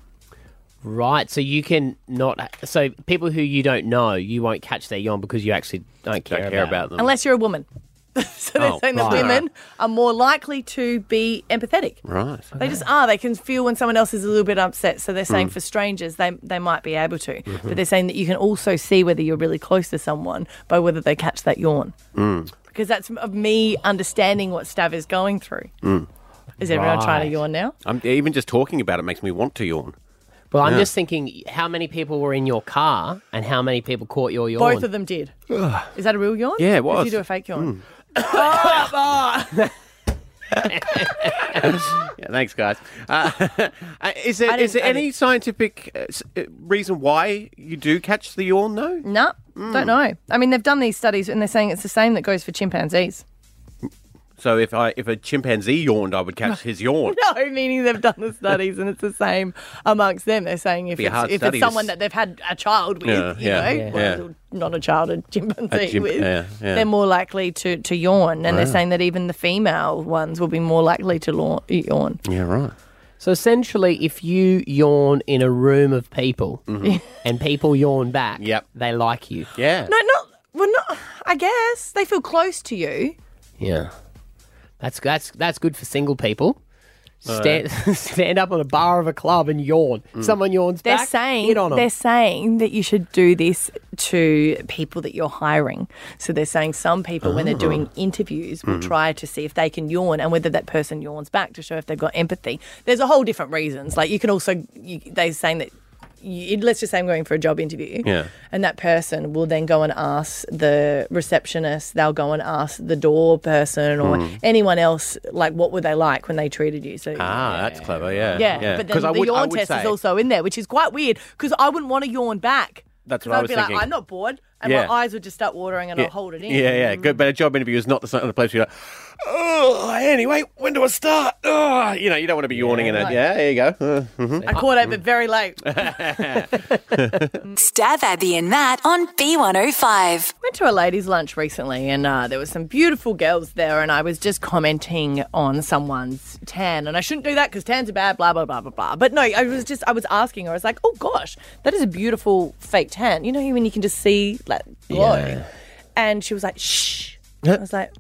Speaker 6: Right. So you can not. So people who you don't know, you won't catch their yawn because you actually don't care,
Speaker 13: Don't care about them.
Speaker 5: Unless you're a woman. so they're
Speaker 13: Oh,
Speaker 5: saying that
Speaker 13: right.
Speaker 5: women are more likely to be empathetic.
Speaker 13: Right.
Speaker 5: They just are. They can feel when someone else is a little bit upset. So they're
Speaker 13: Mm.
Speaker 5: saying for strangers, they, they might be able to.
Speaker 13: Mm-hmm.
Speaker 5: But they're saying that you can also see whether you're really close to someone by whether they catch that yawn. Because that's m- of me understanding what Stav is going through. Is everyone trying to
Speaker 6: Right.
Speaker 5: yawn now?
Speaker 13: Hmm. I'm, even just talking about it makes me want to yawn.
Speaker 6: Well, I'm just thinking how many people were in your car and how many people caught your yawn.
Speaker 5: Both of them did. is that a real yawn?
Speaker 13: Yeah, it
Speaker 5: 'Cause
Speaker 13: was. Mm.
Speaker 5: You do a fake yawn. Ah,
Speaker 13: Yeah, thanks, guys. Uh, uh, is there,
Speaker 5: I
Speaker 13: is
Speaker 5: didn't-
Speaker 13: there
Speaker 5: I
Speaker 13: any scientific uh, s- uh, reason why you do catch the yawn, though?
Speaker 5: No,
Speaker 13: Mm.
Speaker 5: don't know. I mean, they've done these studies and they're saying it's the same that goes for chimpanzees.
Speaker 4: So if I if a chimpanzee yawned, I would catch his yawn.
Speaker 5: No, meaning they've done the studies and it's the same amongst them. They're saying if
Speaker 4: Be a
Speaker 5: it's,
Speaker 4: hard
Speaker 5: if
Speaker 4: study
Speaker 5: it's
Speaker 4: to
Speaker 5: someone
Speaker 4: s-
Speaker 5: that they've had a child with,
Speaker 4: Yeah,
Speaker 5: you
Speaker 4: yeah,
Speaker 5: know,
Speaker 4: yeah.
Speaker 5: well, not a child, a chimpanzee
Speaker 4: A chimp-
Speaker 5: with,
Speaker 4: yeah, yeah.
Speaker 5: they're more likely to, to yawn. And they're saying that even the female ones will be more likely to lawn, yawn.
Speaker 13: Yeah, right.
Speaker 6: So essentially, if you yawn in a room of people and people yawn back,
Speaker 13: Mm-hmm. Yep.
Speaker 6: they like you.
Speaker 13: Yeah.
Speaker 5: No, not, well, not, I guess they feel close to you.
Speaker 6: Yeah. That's that's that's good for single people. Stand, stand up on a bar of a club and yawn.
Speaker 4: Mm.
Speaker 6: Someone yawns
Speaker 5: They're
Speaker 6: back.
Speaker 5: saying
Speaker 6: hit on 'em.
Speaker 5: they're saying that you should do this to people that you're hiring. So they're saying some people, when they're doing
Speaker 6: Ah.
Speaker 5: interviews,
Speaker 6: Mm.
Speaker 5: will try to see if they can yawn and whether that person yawns back to show if they've got empathy. There's a whole different reasons. Like you can also you, they're saying that. You, let's just say I'm going for a job interview,
Speaker 13: Yeah.
Speaker 5: and that person will then go and ask the receptionist. They'll go and ask the door person or
Speaker 6: Hmm.
Speaker 5: anyone else, like what were they like when they treated you? So
Speaker 13: Ah, that's clever. Yeah.
Speaker 5: yeah, but then
Speaker 13: 'Cause
Speaker 5: the
Speaker 13: I would- I
Speaker 5: yawn
Speaker 13: would
Speaker 5: test
Speaker 13: say-
Speaker 5: is also in there, which is quite weird because I wouldn't want to yawn back.
Speaker 4: That's
Speaker 5: 'Cause
Speaker 4: what I
Speaker 5: I'd
Speaker 4: was
Speaker 5: be
Speaker 4: thinking.
Speaker 5: like, I'm not bored, and
Speaker 4: Yeah.
Speaker 5: my eyes would just start watering, and I'll hold it in.
Speaker 4: Yeah, yeah. Good, but a job interview is not the sort of place where you're like, oh, I
Speaker 13: Anyway, when do I start? Oh, you know, you don't want to be yawning in it.
Speaker 5: Right.
Speaker 13: Yeah, there you go. Uh,
Speaker 4: mm-hmm.
Speaker 13: mhm.
Speaker 5: I caught up, but very late.
Speaker 1: Stab Abby and Matt on B105.
Speaker 5: went to a ladies' lunch recently, and uh, there were some beautiful girls there, and I was just commenting on someone's tan, and I shouldn't do that because tans are bad, blah blah blah blah blah. But no, I was just I was asking her, I was like, oh gosh, that is a beautiful fake tan. You know when you can just see like glow, and she was like, shh. I was like,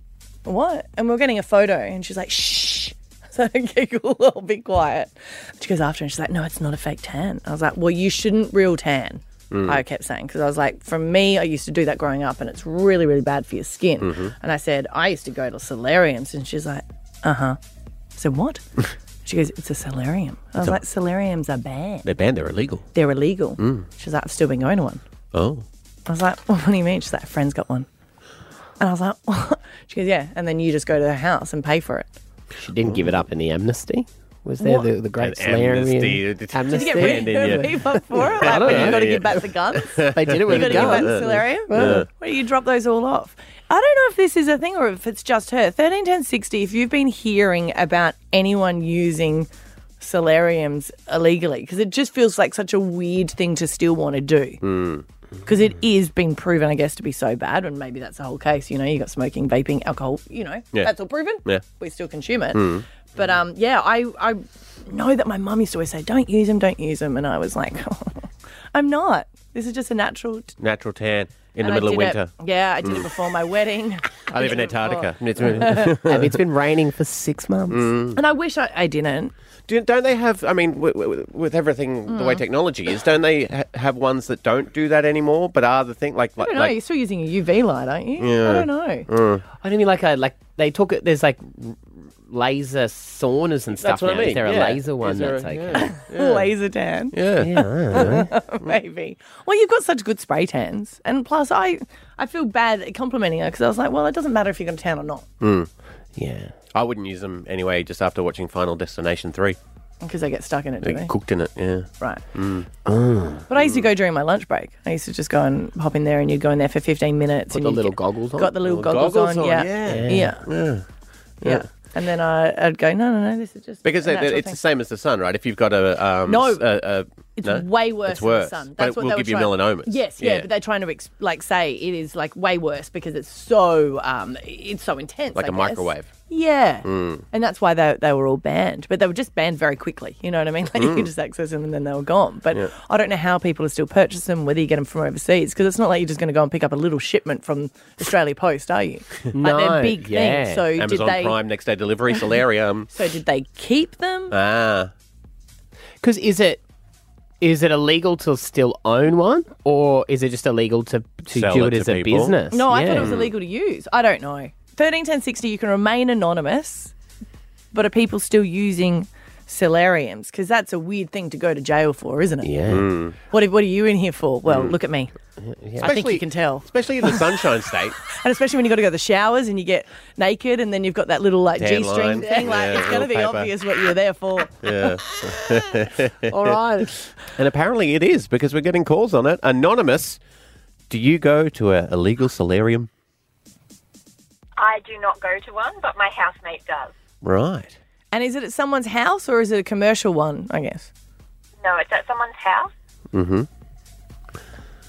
Speaker 5: what? And we were getting a photo, and she's like, shh. So I giggle, I'll be quiet. She goes after, and she's like, no, it's not a fake tan. I was like, well, you shouldn't real tan.
Speaker 14: Mm.
Speaker 5: I kept saying because I was like, from me, I used to do that growing up, and it's really, really bad for your skin.
Speaker 14: Mhm.
Speaker 5: And I said, I used to go to solariums, and she's like, uh huh. I said, what? she goes, it's a solarium. I was
Speaker 4: a-
Speaker 5: like, solariums are banned.
Speaker 4: They're banned. They're illegal.
Speaker 5: They're illegal.
Speaker 4: Mm.
Speaker 5: She's like, I've still been going to one.
Speaker 4: Oh.
Speaker 5: I was like, well, what do you mean? She's like, a friend's got one. And I was like, what? She goes, yeah. And then you just go to her house and pay for it.
Speaker 6: She didn't give it up in the amnesty. Was there
Speaker 5: What?
Speaker 6: the, the great
Speaker 4: An
Speaker 6: Slayer
Speaker 4: amnesty.
Speaker 6: and-
Speaker 4: Did you
Speaker 6: amnesty?
Speaker 4: get rid of Yeah.
Speaker 5: people for it?
Speaker 6: I
Speaker 5: Like,
Speaker 6: don't
Speaker 5: when you
Speaker 6: know.
Speaker 5: got to
Speaker 6: Yeah.
Speaker 5: give back the guns.
Speaker 6: They did it with
Speaker 5: you got
Speaker 6: a
Speaker 5: to give back
Speaker 6: gun.
Speaker 5: the solarium.
Speaker 6: Yeah.
Speaker 5: Where do you drop those all off? I don't know if this is a thing or if it's just her. Thirteen ten sixty. If you've been hearing about anyone using solariums illegally, because it just feels like such a weird thing to still want to do.
Speaker 4: Mm.
Speaker 5: Because it
Speaker 6: Mm.
Speaker 5: is being proven, I guess, to be so bad, and maybe that's the whole case. You know, you got smoking, vaping, alcohol. You know,
Speaker 14: Yeah.
Speaker 5: that's all proven.
Speaker 14: Yeah.
Speaker 5: we still consume it.
Speaker 6: Mm.
Speaker 5: But um, yeah, I I know that my mum used to always say, "Don't use them, don't use them," and I was like, "I'm not. This is just a natural." T-
Speaker 4: Natural tan in
Speaker 5: and
Speaker 4: the
Speaker 5: I
Speaker 4: middle of
Speaker 5: did it-
Speaker 4: winter.
Speaker 5: yeah, Oh. I did it
Speaker 4: Mm.
Speaker 5: before my wedding.
Speaker 4: I live in
Speaker 5: did it
Speaker 4: Antarctica.
Speaker 5: before-
Speaker 6: Abby, it's been raining for six months.
Speaker 4: Mm.
Speaker 5: and I wish I, I didn't.
Speaker 4: Do, don't they have? I mean, w- w- with everything the way
Speaker 5: Mm.
Speaker 4: technology is, don't they ha- have ones that don't do that anymore? But are the thing like
Speaker 5: I
Speaker 4: like,
Speaker 5: don't know.
Speaker 4: like Mm.
Speaker 5: You're still using a UV light, aren't you? I don't know.
Speaker 6: I don't mean like a like they talk. There's like r- laser saunas and stuff.
Speaker 5: That's what I
Speaker 6: now.
Speaker 5: mean,
Speaker 6: Is there a
Speaker 5: yeah.
Speaker 6: laser
Speaker 5: Is
Speaker 6: one
Speaker 5: there a-
Speaker 6: that's okay?
Speaker 5: Laser tan.
Speaker 4: Yeah.
Speaker 6: Yeah, I don't
Speaker 5: Maybe. Well, you've got such good spray tans, and plus, I I feel bad complimenting her because I was like, well, it doesn't matter if you got a tan or not
Speaker 6: yeah.
Speaker 4: Mm. I wouldn't use them anyway. Just after watching Final Destination three,
Speaker 5: because they get stuck in it, do
Speaker 4: They
Speaker 5: they?
Speaker 4: cooked in it. Yeah,
Speaker 5: Right.
Speaker 4: Mm.
Speaker 5: But I used to go during my lunch break. I used to just go and hop in there, and you'd go in there for 15 minutes.
Speaker 6: Put
Speaker 5: and
Speaker 6: the
Speaker 5: you'd
Speaker 6: little
Speaker 5: get-
Speaker 6: goggles on.
Speaker 5: Got the little, goggles, on, yeah. Yeah. yeah.
Speaker 4: yeah.
Speaker 5: And then I, I'd go, no, no, no, this is just.
Speaker 4: Because
Speaker 5: a
Speaker 4: they,
Speaker 5: natural
Speaker 4: it's
Speaker 5: thing."
Speaker 4: the same as the sun, right? If you've got a um,
Speaker 5: No.
Speaker 4: s- a- a-
Speaker 5: It's
Speaker 4: no?
Speaker 5: way worse,
Speaker 4: It's worse,
Speaker 5: than the sun.
Speaker 4: but
Speaker 5: That's
Speaker 4: it
Speaker 5: what
Speaker 4: will
Speaker 5: they were
Speaker 4: give you
Speaker 5: trying-
Speaker 4: melanomas.
Speaker 5: Yes, yeah,
Speaker 4: Yeah.
Speaker 5: but they're trying to ex- like say it is like way worse because it's so um, it's so intense.
Speaker 4: Like
Speaker 5: a
Speaker 4: a microwave.
Speaker 5: Yeah,
Speaker 4: Mm.
Speaker 5: and that's why they they were all banned. But they were just banned very quickly. You know what I mean? Like you could
Speaker 4: Mm.
Speaker 5: just access them and then they were gone. But
Speaker 4: Yeah.
Speaker 5: I don't know how people are still purchasing them, whether you get them from overseas, because it's not like you're just going to go and pick up a little shipment from Australia Post, are you? like
Speaker 4: No,
Speaker 5: they're big things. So
Speaker 4: Amazon
Speaker 5: did they?
Speaker 4: Prime next day delivery, solarium.
Speaker 5: So did they keep them?
Speaker 4: ah,
Speaker 6: Because is it is it illegal to still own one, or is it just illegal to to
Speaker 4: Sell
Speaker 6: do
Speaker 4: it
Speaker 6: it,
Speaker 4: to
Speaker 6: as a
Speaker 4: people?
Speaker 6: business?
Speaker 5: No, I thought
Speaker 6: Yeah.
Speaker 5: it was illegal to use. I don't know. Thirteen ten sixty. You can remain anonymous, but are people still using solariums? Because that's a weird thing to go to jail for, isn't it?
Speaker 6: Yeah.
Speaker 5: What What are you in here for? Well,
Speaker 4: Mm.
Speaker 5: look at me. I think
Speaker 4: Especially-
Speaker 5: you can tell.
Speaker 4: especially in the sunshine state.
Speaker 5: And especially when you got to go to the showers and you get naked, and then you've got that little like
Speaker 4: Tan
Speaker 5: g string
Speaker 4: line.
Speaker 5: thing. Like
Speaker 4: Yeah,
Speaker 5: it's going to
Speaker 4: little
Speaker 5: be
Speaker 4: paper.
Speaker 5: obvious what you're there for.
Speaker 4: Yeah.
Speaker 5: All right.
Speaker 4: And apparently it is because we're getting calls on it. Anonymous, do you go to a illegal solarium?
Speaker 10: I do not go to one, but my housemate does.
Speaker 4: Right.
Speaker 5: And is it at someone's house or is it a commercial one? I guess.
Speaker 10: No, it's at someone's house,
Speaker 4: Mm-hmm.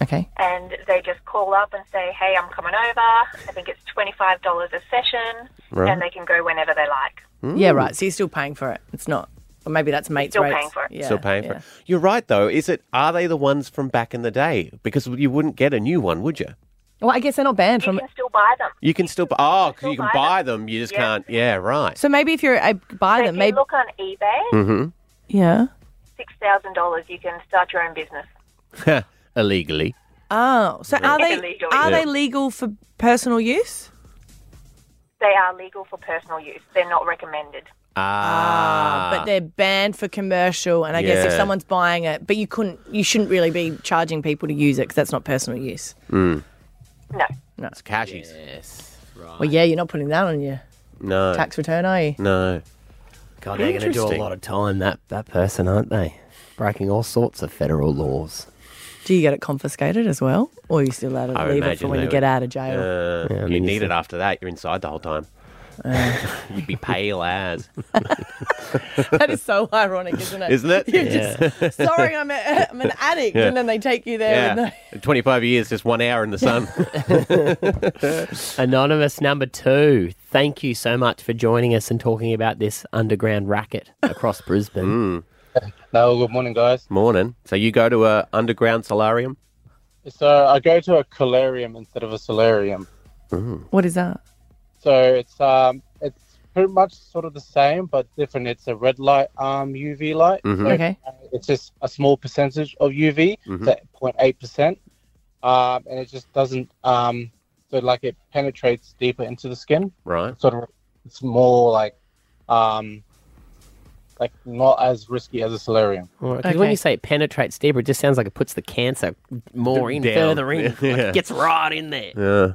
Speaker 5: Okay.
Speaker 10: and they just call up and say, "Hey, I'm coming over. I think it's twenty-five dollars a session,
Speaker 5: Right.
Speaker 10: and they can go whenever they like."
Speaker 5: Yeah.
Speaker 4: Mm.
Speaker 5: Right. So you're still paying for it. It's not. Or maybe that's mates
Speaker 10: Still
Speaker 5: rates.
Speaker 10: paying for it.
Speaker 5: Yeah,
Speaker 4: Still paying for
Speaker 5: yeah.
Speaker 4: it. You're right though. Is it are they the ones from back in the day? Because you wouldn't get a new one, would you?
Speaker 5: Well, I guess they're not banned from.
Speaker 10: Still buy them.
Speaker 4: You can still oh, 'cause you can buy
Speaker 10: buy them.
Speaker 4: them. You just
Speaker 10: Yeah.
Speaker 4: can't. Yeah, right.
Speaker 5: So maybe if you're a buy
Speaker 10: If
Speaker 5: them,
Speaker 10: you
Speaker 5: maybe
Speaker 10: look on eBay,
Speaker 4: mm-hmm.
Speaker 5: yeah.
Speaker 10: six thousand dollars, you can start your own business.
Speaker 4: Illegally.
Speaker 6: Ah.
Speaker 5: Oh, so are they
Speaker 10: Illegally.
Speaker 5: are
Speaker 4: Yeah.
Speaker 5: they legal for personal use?
Speaker 10: They are legal for personal use. They're not recommended.
Speaker 4: Ah.
Speaker 5: But they're banned for commercial, and I guess if
Speaker 4: Yeah.
Speaker 5: someone's buying it, but you couldn't, you shouldn't really be charging people to use it because that's not personal use.
Speaker 4: Mm.
Speaker 10: No.
Speaker 5: No.
Speaker 4: It's cashies. Yes. Right.
Speaker 5: Well, yeah, you're not putting that on your
Speaker 4: No.
Speaker 5: tax return, are you?
Speaker 4: No.
Speaker 6: God, they're going to do a
Speaker 4: Interesting.
Speaker 6: lot of time that that person, aren't they? Breaking all sorts of federal laws.
Speaker 5: Do you get it confiscated as well, or are you still allowed to leave it for when you get out of jail?
Speaker 4: Uh,
Speaker 6: Yeah, I
Speaker 4: you
Speaker 6: mean,
Speaker 4: need it after that. You're inside the whole time. You'd be pale as.
Speaker 5: Uh. that is so ironic, isn't it?
Speaker 4: Isn't it?
Speaker 5: You're just,
Speaker 4: Yeah.
Speaker 5: sorry, I'm, a, I'm an addict,
Speaker 4: Yeah.
Speaker 5: and then they take you there.
Speaker 4: Yeah.
Speaker 5: With no,
Speaker 4: 25 years, just one hour in the sun.
Speaker 6: Anonymous number two, thank you so much for joining us and talking about this underground racket across Brisbane.
Speaker 15: No, good morning, guys.
Speaker 4: Mm. Morning. So you go to a underground solarium?
Speaker 15: So I go to a colarium instead of a solarium. Mm.
Speaker 5: what is that?
Speaker 15: So it's um it's pretty much sort of the same but different. It's a red light um UV light.
Speaker 14: Mhm.
Speaker 15: So,
Speaker 14: Okay.
Speaker 15: uh, It's just a small percentage of UV,
Speaker 14: Mhm.
Speaker 15: that 0.8 percent, um, and it just doesn't um so like it penetrates deeper into the skin.
Speaker 4: Right.
Speaker 15: Sort of it's more like um like not as risky as a solarium.
Speaker 6: Because when you say it penetrates deeper, it just sounds like it puts the cancer more in,
Speaker 15: Down.
Speaker 6: further in, like
Speaker 15: Yeah.
Speaker 6: it gets right in there.
Speaker 4: Yeah.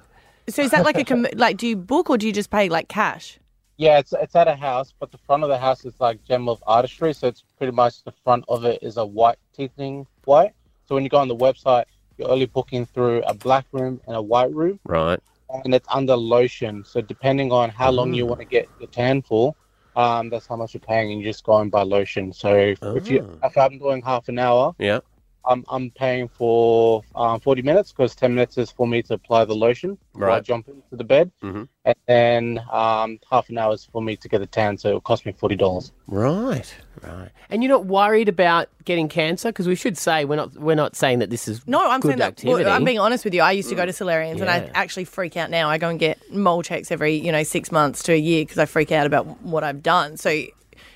Speaker 5: So is that like a com- like? Do you book or do you just pay like cash?
Speaker 15: Yeah, it's it's at a house, but the front of the house is like gem of artistry, so it's pretty much the front of it is a white teething white. So when you go on the website, you're only booking through a black room and a white room,
Speaker 4: Right.
Speaker 15: and it's under lotion. So depending on how long you
Speaker 4: Mm.
Speaker 15: want to get your tan for, um, that's how much you're paying, and you're just going by lotion. So if, if you
Speaker 4: Oh.
Speaker 15: if I'm doing half an hour,
Speaker 4: Yeah.
Speaker 15: I'm I'm paying for um, 40 minutes because 10 minutes is for me to apply the lotion before I
Speaker 4: Right.
Speaker 15: jump into the bed
Speaker 4: Mm-hmm.
Speaker 15: and then um, half an hour is for me to get a tan, so it'll cost me forty dollars.
Speaker 4: Right, right.
Speaker 6: And you're not worried about getting cancer because we should say we're not we're not saying that this is
Speaker 5: No, I'm
Speaker 6: good
Speaker 5: saying that. well,
Speaker 6: activity.
Speaker 5: I'm being honest with you. I used to go to solariums, and I
Speaker 6: Yeah.
Speaker 5: actually freak out now. I go and get mole checks every you know six months to a year because I freak out about what I've done. So,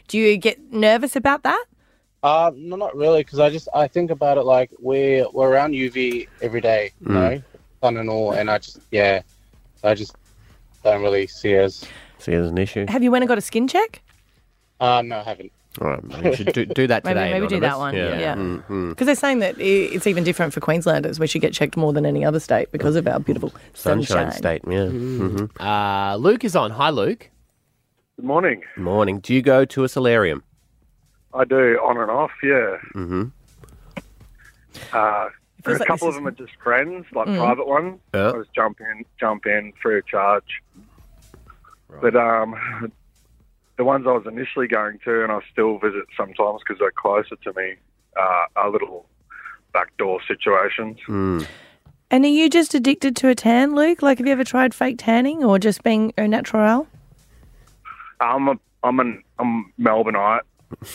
Speaker 5: do you get nervous about that?
Speaker 15: Uh, no, not really, because I just I think about it like we're we're around UV every day, you
Speaker 4: Mm.
Speaker 15: know, sun and all, and I just yeah, I just don't really see it as.
Speaker 4: See, there's an issue.
Speaker 5: Have you went and got a skin check?
Speaker 15: Uh, no, I haven't.
Speaker 4: All right, maybe we should do, do that
Speaker 5: Maybe-
Speaker 4: today.
Speaker 5: maybe do that
Speaker 4: Anonymous.
Speaker 5: one, yeah.
Speaker 4: Mhm.
Speaker 5: Because they're saying that i- it's even different for Queenslanders. We should get checked more than any other state because of our beautiful sunshine.
Speaker 4: Sunshine state, yeah.
Speaker 15: Mm.
Speaker 4: Mhm.
Speaker 6: Uh, Luke is on. Hi, Luke.
Speaker 16: Good morning.
Speaker 4: Morning. Do you go to a solarium?
Speaker 16: I do on and off, yeah.
Speaker 4: Mm-hmm.
Speaker 16: Uh,
Speaker 5: and
Speaker 16: a couple of them are just friends, like
Speaker 5: Mm.
Speaker 16: private one.
Speaker 4: Yeah.
Speaker 16: I just jump in, jump in free of charge. But um, the ones I was initially going to, and I still visit sometimes because they're closer to me, uh, are little backdoor situations.
Speaker 4: Mm.
Speaker 5: And are you just addicted to a tan, Luke? Like, have you ever tried fake tanning or just being au natural?
Speaker 16: I'm a, Um, I'm an I'm Melbourneite,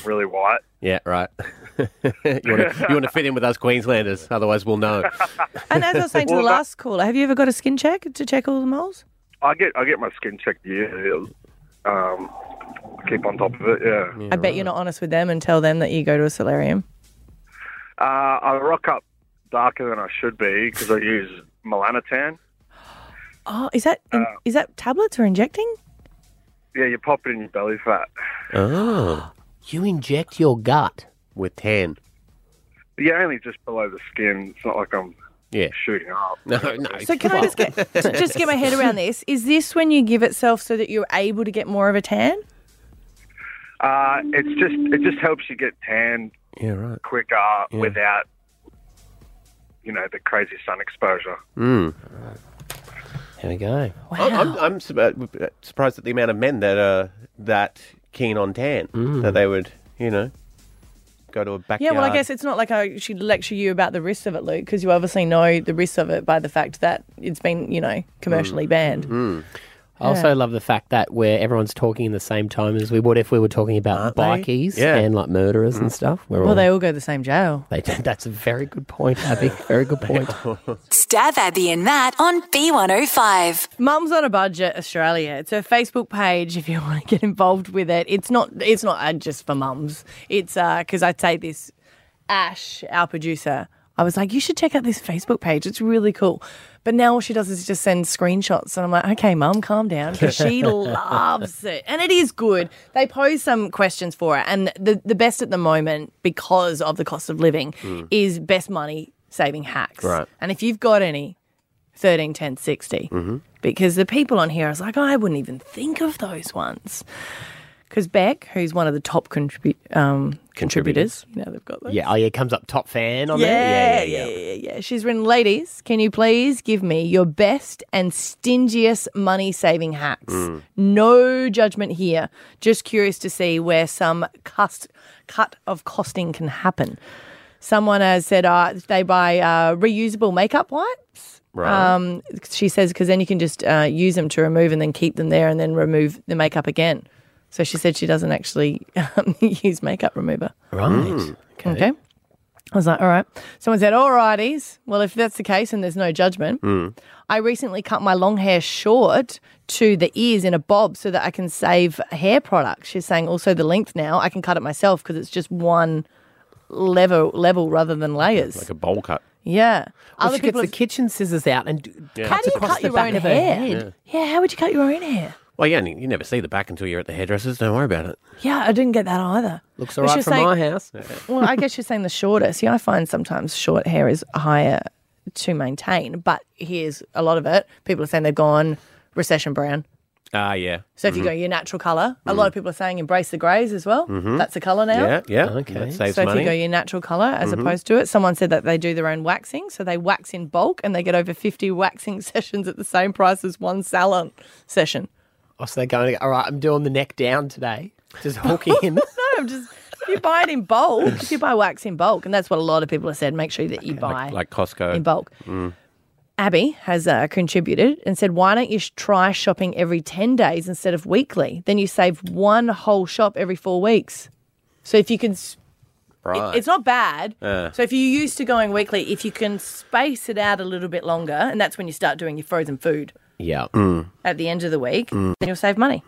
Speaker 16: really white.
Speaker 4: Yeah, right. you want to you want to fit in with us Queenslanders, otherwise we'll know.
Speaker 5: And as I was saying to
Speaker 16: Well,
Speaker 5: the
Speaker 16: that-
Speaker 5: last caller, have you ever got a skin check to check all the moles?
Speaker 16: I get I get my skin checked yearly. Um, keep on top of it. Yeah.
Speaker 5: I bet you're not honest with them and tell them that you go to a solarium.
Speaker 16: Uh, I rock up darker than I should be because I use melanotan.
Speaker 5: Oh, is that
Speaker 16: Uh.
Speaker 5: in- is that tablets or injecting?
Speaker 16: Yeah, you pop it in your belly fat.
Speaker 4: Oh,
Speaker 6: you inject your gut
Speaker 4: with tan.
Speaker 16: Yeah, only just below the skin. It's not like I'm
Speaker 4: yeah
Speaker 16: shooting up.
Speaker 4: No, no.
Speaker 5: So can I just get to just get my head around this? Is this when you give itself so that you're able to get more of a tan?
Speaker 16: Uh, it's just it just helps you get tanned
Speaker 4: Yeah, right.
Speaker 16: quicker without you know the crazy sun exposure.
Speaker 4: Mm. uh,
Speaker 6: There we go.
Speaker 4: I'm, I'm, I'm su- uh, surprised at the amount of men that are that keen on tan
Speaker 15: Mm.
Speaker 4: that they would, you know, go to a
Speaker 5: Yeah,
Speaker 4: backyard.
Speaker 5: well, I guess it's not like I should lecture you about the risks of it, Luke, because you obviously know the risks of it by the fact that it's been, you know, commercially
Speaker 16: Mm.
Speaker 5: banned.
Speaker 6: Mm. I also
Speaker 5: Yeah.
Speaker 6: love the fact that where everyone's talking in the same time as we would if we were talking about
Speaker 5: they?
Speaker 6: bikies
Speaker 5: Yeah.
Speaker 6: and like murderers
Speaker 4: Mm.
Speaker 6: and stuff. We're
Speaker 5: Well,
Speaker 6: all-
Speaker 5: they all go to the same jail.
Speaker 6: they did. That's a very good point, Abby. Very good point.
Speaker 1: Stab Abby and Matt on B105.
Speaker 5: Mum's on a budget Australia. It's her Facebook page. If you want to get involved with it, it's not it's not uh, just for mums. It's uh, because I'd say this, Ash, our producer. I was like, you should check out this Facebook page. It's really cool. But now all she does is just send screenshots, and I'm like, okay, mum, calm down. 'cause she loves it, and it is good. They pose some questions for her, and the the best at the moment because of the cost of living
Speaker 17: Mm.
Speaker 5: is best money saving hacks.
Speaker 17: Right.
Speaker 5: And if you've got any, thirteen ten sixty because the people on here, I was like, oh, I wouldn't even think of those ones. Because Beck, who's one of the top contribu- um, contributors. You know, they've got those.
Speaker 6: Yeah. Oh, yeah. it Comes up top fan on
Speaker 5: yeah,
Speaker 6: there.
Speaker 5: Yeah, yeah, yeah, yeah. She's written, ladies, can you please give me your best and stingiest money saving hacks?
Speaker 6: Mm.
Speaker 5: No judgment here. Just curious to see where some cust- cut of costing can happen. Someone has said uh, they buy uh, reusable makeup wipes.
Speaker 14: Right.
Speaker 5: Um, she says because then you can just uh, use them to remove and then keep them there and then remove the makeup again. So she said she doesn't actually um, use makeup remover.
Speaker 6: Right.
Speaker 5: Okay. I was like, all right. Someone said, all righties. Well, if that's the case and there's no judgment,
Speaker 14: Mm.
Speaker 5: I recently cut my long hair short to the ears in a bob so that I can save hair products. She's saying also the length now, I can cut it myself because it's just one level level rather than layers.
Speaker 4: Like a bowl cut.
Speaker 5: yeah.
Speaker 6: Well, she gets the
Speaker 5: have-
Speaker 6: kitchen scissors out and d-
Speaker 4: Yeah.
Speaker 5: how
Speaker 6: cuts
Speaker 5: do you
Speaker 6: across
Speaker 5: cut
Speaker 6: the
Speaker 5: your
Speaker 6: back
Speaker 5: own
Speaker 6: of her
Speaker 5: hair?
Speaker 6: head.
Speaker 5: Yeah, how would you cut your own hair?
Speaker 4: Well, yeah, and you never see the back until you're at the hairdresser's. Don't worry about it.
Speaker 5: Yeah, I didn't get that either.
Speaker 4: Looks
Speaker 5: But
Speaker 4: alright
Speaker 5: she's
Speaker 4: from
Speaker 5: saying-
Speaker 4: my house.
Speaker 5: well, I guess you're saying the shortest. Yeah, I find sometimes short hair is higher to maintain, but here's a lot of it. People are saying they've gone recession brown.
Speaker 4: Ah, yeah.
Speaker 5: So if you go your natural color, a lot of people are saying embrace the grays as well.
Speaker 4: Mhm.
Speaker 5: That's a color now.
Speaker 4: Mm-hmm. Yeah, yeah. Okay. That saves
Speaker 5: so
Speaker 4: money.
Speaker 5: if you go your natural color as
Speaker 4: Mhm.
Speaker 5: opposed to it, someone said that they do their own waxing, so they wax in bulk and they get over 50 waxing sessions at the same price as one salon session.
Speaker 6: Oh, so they're going, all right, I'm doing the neck down today. Just hook in.
Speaker 5: no, I'm just if you buy it in bulk, if you buy wax in bulk, and that's what a lot of people have said. Make sure that you buy.
Speaker 4: like Costco.
Speaker 5: In bulk.
Speaker 4: Mm.
Speaker 5: Abby has uh, contributed and said, "Why don't you sh- try shopping every ten days instead of weekly? Then you save one whole shop every four weeks. So if you can, s-
Speaker 4: Right. Uh-huh. Uh.
Speaker 5: it's not bad.
Speaker 4: Yeah.
Speaker 5: So if you're used to going weekly, if you can space it out a little bit longer, and that's when you start doing your frozen food
Speaker 6: yeah.
Speaker 4: Mm.
Speaker 5: at the end of the week,
Speaker 6: Mm.
Speaker 5: then you'll save money.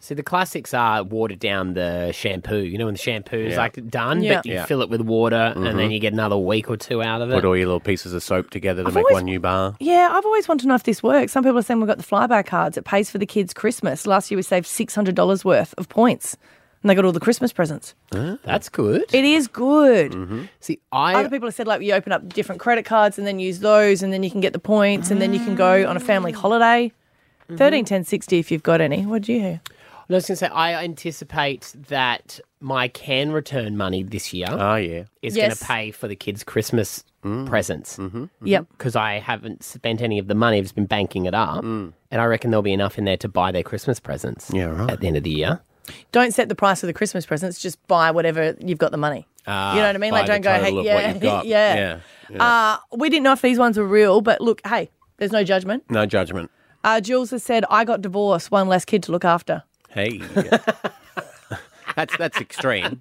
Speaker 6: See, the classics are watered down the shampoo. You know, when the shampoo's
Speaker 4: Yeah.
Speaker 6: like done,
Speaker 5: Yeah.
Speaker 6: but you
Speaker 4: Yeah.
Speaker 6: fill it with water and then
Speaker 4: Mhm.
Speaker 6: you get another week or two out of it.
Speaker 4: Put all your little pieces of soap together to
Speaker 5: I've
Speaker 4: make
Speaker 5: always-
Speaker 4: one new bar.
Speaker 5: Yeah, I've always wanted to know if this works. Some people are saying we've got the flyby cards. It pays for the kids' Christmas. Last year we saved six hundred dollars worth of points, and they got all the Christmas presents.
Speaker 6: That's good.
Speaker 5: It is good.
Speaker 4: Mm-hmm.
Speaker 6: See, I
Speaker 5: other people have said like you open up different credit cards and then use those, and then you can get the points, and then you can go on a family holiday. Thirteen ten sixty if you've got any. What do you hear?
Speaker 6: I was going to say, I anticipate that my can return money this year.
Speaker 4: Oh, yeah. Mm.
Speaker 6: Is
Speaker 5: Yes.
Speaker 6: going to pay for the kids' Christmas presents. Mm-hmm.
Speaker 5: Yep.
Speaker 6: Because I haven't spent any of the money. I've just been banking it up.
Speaker 4: Mm.
Speaker 6: And I reckon there'll be enough in there to buy their Christmas presents yeah, right. at the end of the year.
Speaker 5: Don't set the price of the Christmas presents. Just buy whatever you've got the money. you know what I mean? Like,
Speaker 6: buy
Speaker 5: don't go,
Speaker 6: Uh, the
Speaker 5: hey,
Speaker 6: total of what
Speaker 5: yeah,
Speaker 6: you've got.
Speaker 5: yeah.
Speaker 4: Yeah,
Speaker 5: Uh, we didn't know if these ones were real, but look, hey, there's no judgment.
Speaker 4: No judgment.
Speaker 5: Uh, Jules has said, I got divorced, one less kid to look after.
Speaker 4: Hey. that's that's extreme.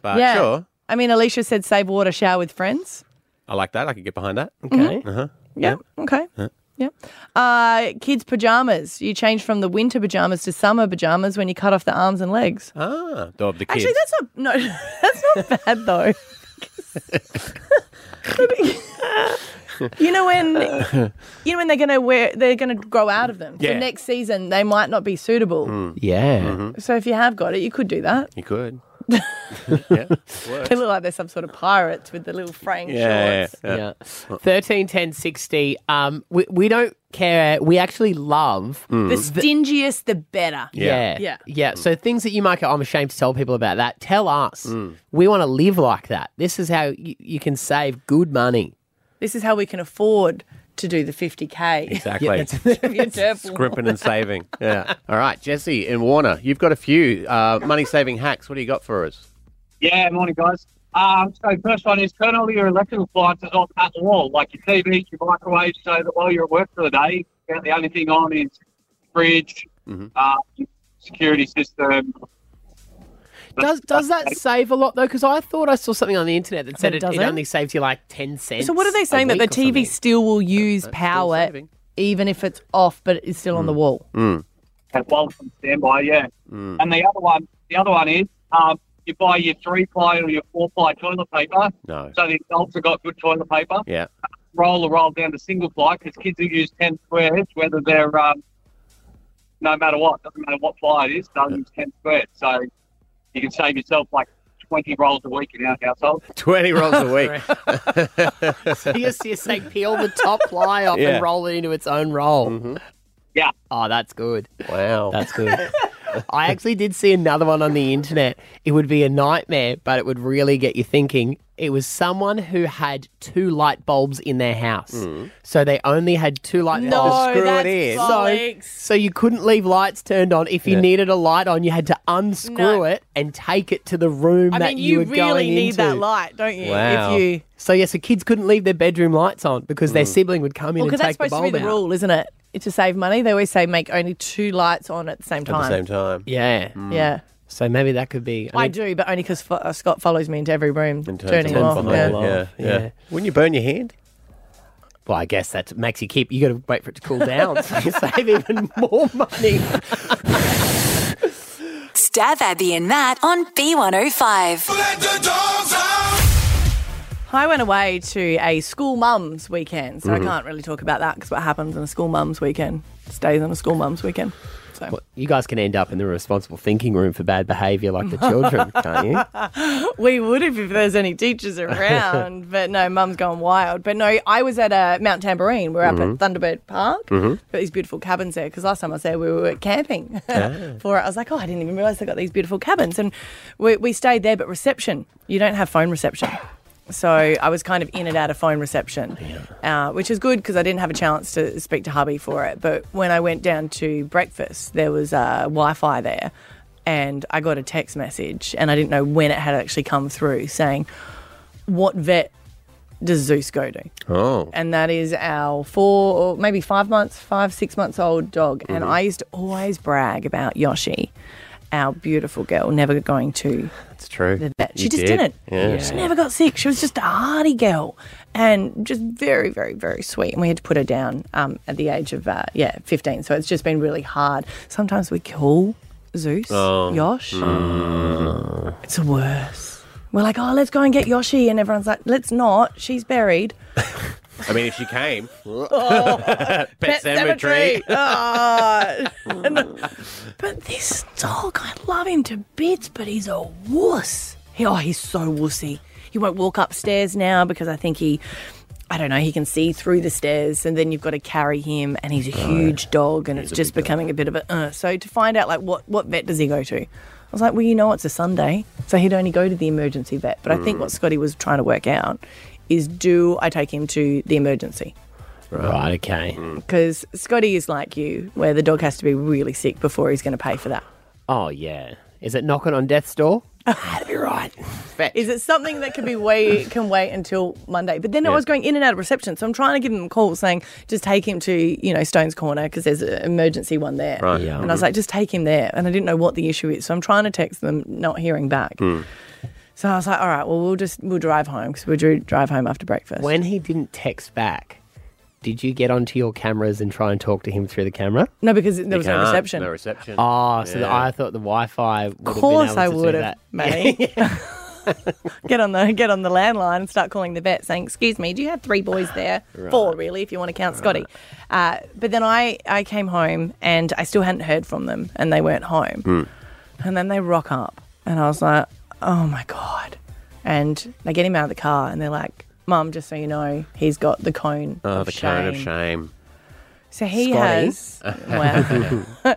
Speaker 4: But
Speaker 5: yeah.
Speaker 4: sure.
Speaker 5: I mean, Alicia said, save water, shower with friends.
Speaker 4: I like that. I could get behind that.
Speaker 5: Okay.
Speaker 4: Uh-huh.
Speaker 5: Mm-hmm. Yeah. Okay.
Speaker 4: Yeah.
Speaker 5: Yeah. Uh, kids' pajamas. You change from the winter pajamas to summer pajamas when you cut off the arms and legs.
Speaker 4: Ah, of the kids.
Speaker 5: Actually, that's not no, that's not bad though. you know when you know when they're gonna wear they're gonna grow out of them.
Speaker 6: Yeah.
Speaker 5: So next season they might not be suitable.
Speaker 6: Hmm. Yeah.
Speaker 5: So if you have got it, you could do that.
Speaker 4: You could.
Speaker 5: They look like they're some sort of pirates with the little fraying shorts.
Speaker 6: yeah. Thirteen, ten, sixty. Um, we we don't care. We actually love
Speaker 5: The
Speaker 6: the-
Speaker 5: stingiest, the better.
Speaker 6: Hmm. yeah, Hmm.
Speaker 5: Yeah.
Speaker 6: yeah. So things that you might go, I'm ashamed to tell people about that. Tell us. We want to live like that. This is how you, you can save good money.
Speaker 5: This is how we can afford to do the 50K.
Speaker 4: Exactly.
Speaker 5: Your purple
Speaker 4: Scrimping and saving. Yeah. All right, Jesse and Warner, you've got a few uh, money saving hacks. What do you got for us?
Speaker 17: Yeah, morning, guys. Um, so first one is turn all your electrical appliances off at the wall, like your TVs, your microwaves, so that while you're at work for the day, about the only thing on is fridge, uh, security system.
Speaker 6: Does does that save a lot though? Because I thought I saw something on the internet that said
Speaker 5: it
Speaker 6: it, it
Speaker 5: doesn't?
Speaker 6: only saves you like ten cents.
Speaker 5: So what are they
Speaker 6: a
Speaker 5: saying that the
Speaker 6: week or something.
Speaker 5: TV still will use power even if it's off, but it's still on the wall?
Speaker 17: At while it's on standby, yeah. And the other one, the other one is um, you buy your three ply or your four ply toilet paper.
Speaker 4: No.
Speaker 17: So the adults have got good toilet paper.
Speaker 4: Yeah.
Speaker 17: roll the roll down to single ply because kids will use 10 squares, whether they're, um, no matter what, doesn't matter what ply it is, they'll use 10 squares. So you can save yourself like 20 rolls a week in our household.
Speaker 4: 20 rolls a week.
Speaker 6: so you just say peel the top ply off
Speaker 4: Yeah.
Speaker 5: Mm-hmm.
Speaker 6: and roll it into its own roll.
Speaker 17: Yeah.
Speaker 6: Oh, that's good.
Speaker 4: Wow.
Speaker 6: That's good. I actually did see another one on the internet. It would be a nightmare, but it would really get you thinking. It was someone who had two light bulbs in their house. So they only had two light
Speaker 5: Mm. No,
Speaker 6: bulbs.
Speaker 5: To screw it that's in.
Speaker 6: So,
Speaker 5: bollocks.
Speaker 6: so you couldn't leave lights turned on. If you
Speaker 5: Yeah.
Speaker 6: needed a light on, you had to unscrew
Speaker 5: No.
Speaker 6: it and take it to the room
Speaker 5: I
Speaker 6: that
Speaker 5: mean,
Speaker 6: you,
Speaker 5: you
Speaker 6: were
Speaker 5: really
Speaker 6: going
Speaker 5: need
Speaker 6: into.
Speaker 5: that light, don't you? If you
Speaker 6: So yeah, so kids couldn't leave their bedroom lights on because their
Speaker 5: Mm.
Speaker 6: sibling would come in
Speaker 5: well,
Speaker 6: and
Speaker 5: because
Speaker 6: take
Speaker 5: that's supposed
Speaker 6: the
Speaker 5: to
Speaker 6: bulb
Speaker 5: be the
Speaker 6: out.
Speaker 5: rule, isn't it? To save money, they always say make only two lights on at the same time.
Speaker 4: time. Mm.
Speaker 6: Yeah.
Speaker 5: Yeah.
Speaker 6: So maybe that could be.
Speaker 5: I do, but only because uh, Scott follows me into every room, turning them off. Yeah.
Speaker 4: yeah. Wouldn't you burn your hand?
Speaker 6: Well, I guess that makes you keep. You got to wait for it to cool down, so you save even more money.
Speaker 1: Stab Abby and Matt on B105.
Speaker 5: I went away to a school mums weekend, so
Speaker 6: Mhm.
Speaker 5: I can't really talk about that because what happens on a school mums weekend stays on a school mums weekend. So.
Speaker 6: Well, you guys can end up in the responsible thinking room for bad behaviour, like the children, can't you?
Speaker 5: we would have if there's any teachers around, but no, mum's gone wild. But no, I was at uh, Mount Tambourine. We're up
Speaker 6: Mm-hmm.
Speaker 14: Mhm.
Speaker 5: at Thunderbird Park.
Speaker 14: Mhm.
Speaker 5: Got these beautiful cabins there because last time I was there, we were camping for it. I was like, oh, I didn't even realize they got these beautiful cabins. And we, we stayed there, but reception, you don't have phone reception. So I was kind of in and out of phone reception, uh, which is good because I didn't have a chance to speak to hubby for it. But when I went down to breakfast, there was uh, Wi Fi there. And I got a text message, and I didn't know when it had actually come through saying, What vet does Zeus go to?
Speaker 4: Oh.
Speaker 5: and that is our four or maybe five months, five, six months old dog. And
Speaker 4: Mm-hmm.
Speaker 14: Mhm.
Speaker 5: I used to always brag about Yoshi, our beautiful girl, never going to
Speaker 4: It's true.
Speaker 5: the vet. She
Speaker 4: You
Speaker 5: just
Speaker 4: did.
Speaker 5: didn't.
Speaker 4: Yeah.
Speaker 5: She never got sick. She was just a hardy girl and just very, very, very sweet. And we had to put her down um, at the age of, uh, yeah, 15. So it's just been really hard. Sometimes we call Zeus,
Speaker 14: Oh.
Speaker 5: Yosh.
Speaker 4: Mm.
Speaker 5: It's the worst. We're like, oh, let's go and get Yoshi. And everyone's like, let's not. She's buried.
Speaker 4: I mean, if she came,
Speaker 5: Oh,
Speaker 4: pet,
Speaker 5: cemetery.
Speaker 4: cemetery.
Speaker 5: Oh. And- but this dog, I love him to bits, but he's a wuss. He, oh, he's so wussy. He won't walk upstairs now because I think he, I don't know, he can see through the stairs, and then you've got to carry him, and he's a huge dog, and it's just becoming a bit of a. Uh. So to find out like what what vet does he go to, I was like, well, you know, it's a Sunday, so he'd only go to the emergency vet. But I think
Speaker 14: Mm.
Speaker 5: what Scotty was trying to work out is, do I take him to the emergency?
Speaker 6: Right. Okay.
Speaker 4: Mm.
Speaker 5: because Scotty is like you, where the dog has to be really sick before he's going to pay for that.
Speaker 6: Oh yeah. Is it knocking on death's door?
Speaker 5: Is it something that could be wait can wait until Monday? But then I
Speaker 6: Yeah.
Speaker 5: was going in and out of reception, so I'm trying to give him a call saying just take him to you know Stone's Corner because there's an emergency one there.
Speaker 14: Right. Yeah.
Speaker 5: And I was like just take him there, and I didn't know what the issue is, so I'm trying to text them, not hearing back.
Speaker 4: Hmm.
Speaker 5: So I was like, all right, well we'll just we'll drive home because we dri- drive home after breakfast.
Speaker 6: When he didn't text back, did you get onto your cameras and try and talk to him through the camera?
Speaker 5: No, because there was no reception.
Speaker 6: Oh, so the,
Speaker 5: Yeah.
Speaker 6: I thought the Wi-Fi. Would
Speaker 5: Of course, I
Speaker 6: have been able to do
Speaker 5: would have,
Speaker 6: that.
Speaker 5: mate. get on the get on the landline and start calling the vet, saying, "Excuse me, do you have three boys there?
Speaker 14: Right.
Speaker 5: Four, really, if you want to count Scotty." Uh, but then I I came home and I still hadn't heard from them, and they weren't home. And then they rock up, and I was like, "Oh my god!" And they get him out of the car, and they're like, "Mum, just so you know, he's got the cone
Speaker 4: Oh,
Speaker 5: of
Speaker 4: the
Speaker 5: shame."
Speaker 4: cone of shame.
Speaker 5: So he
Speaker 4: Scotty?
Speaker 5: has. Wow.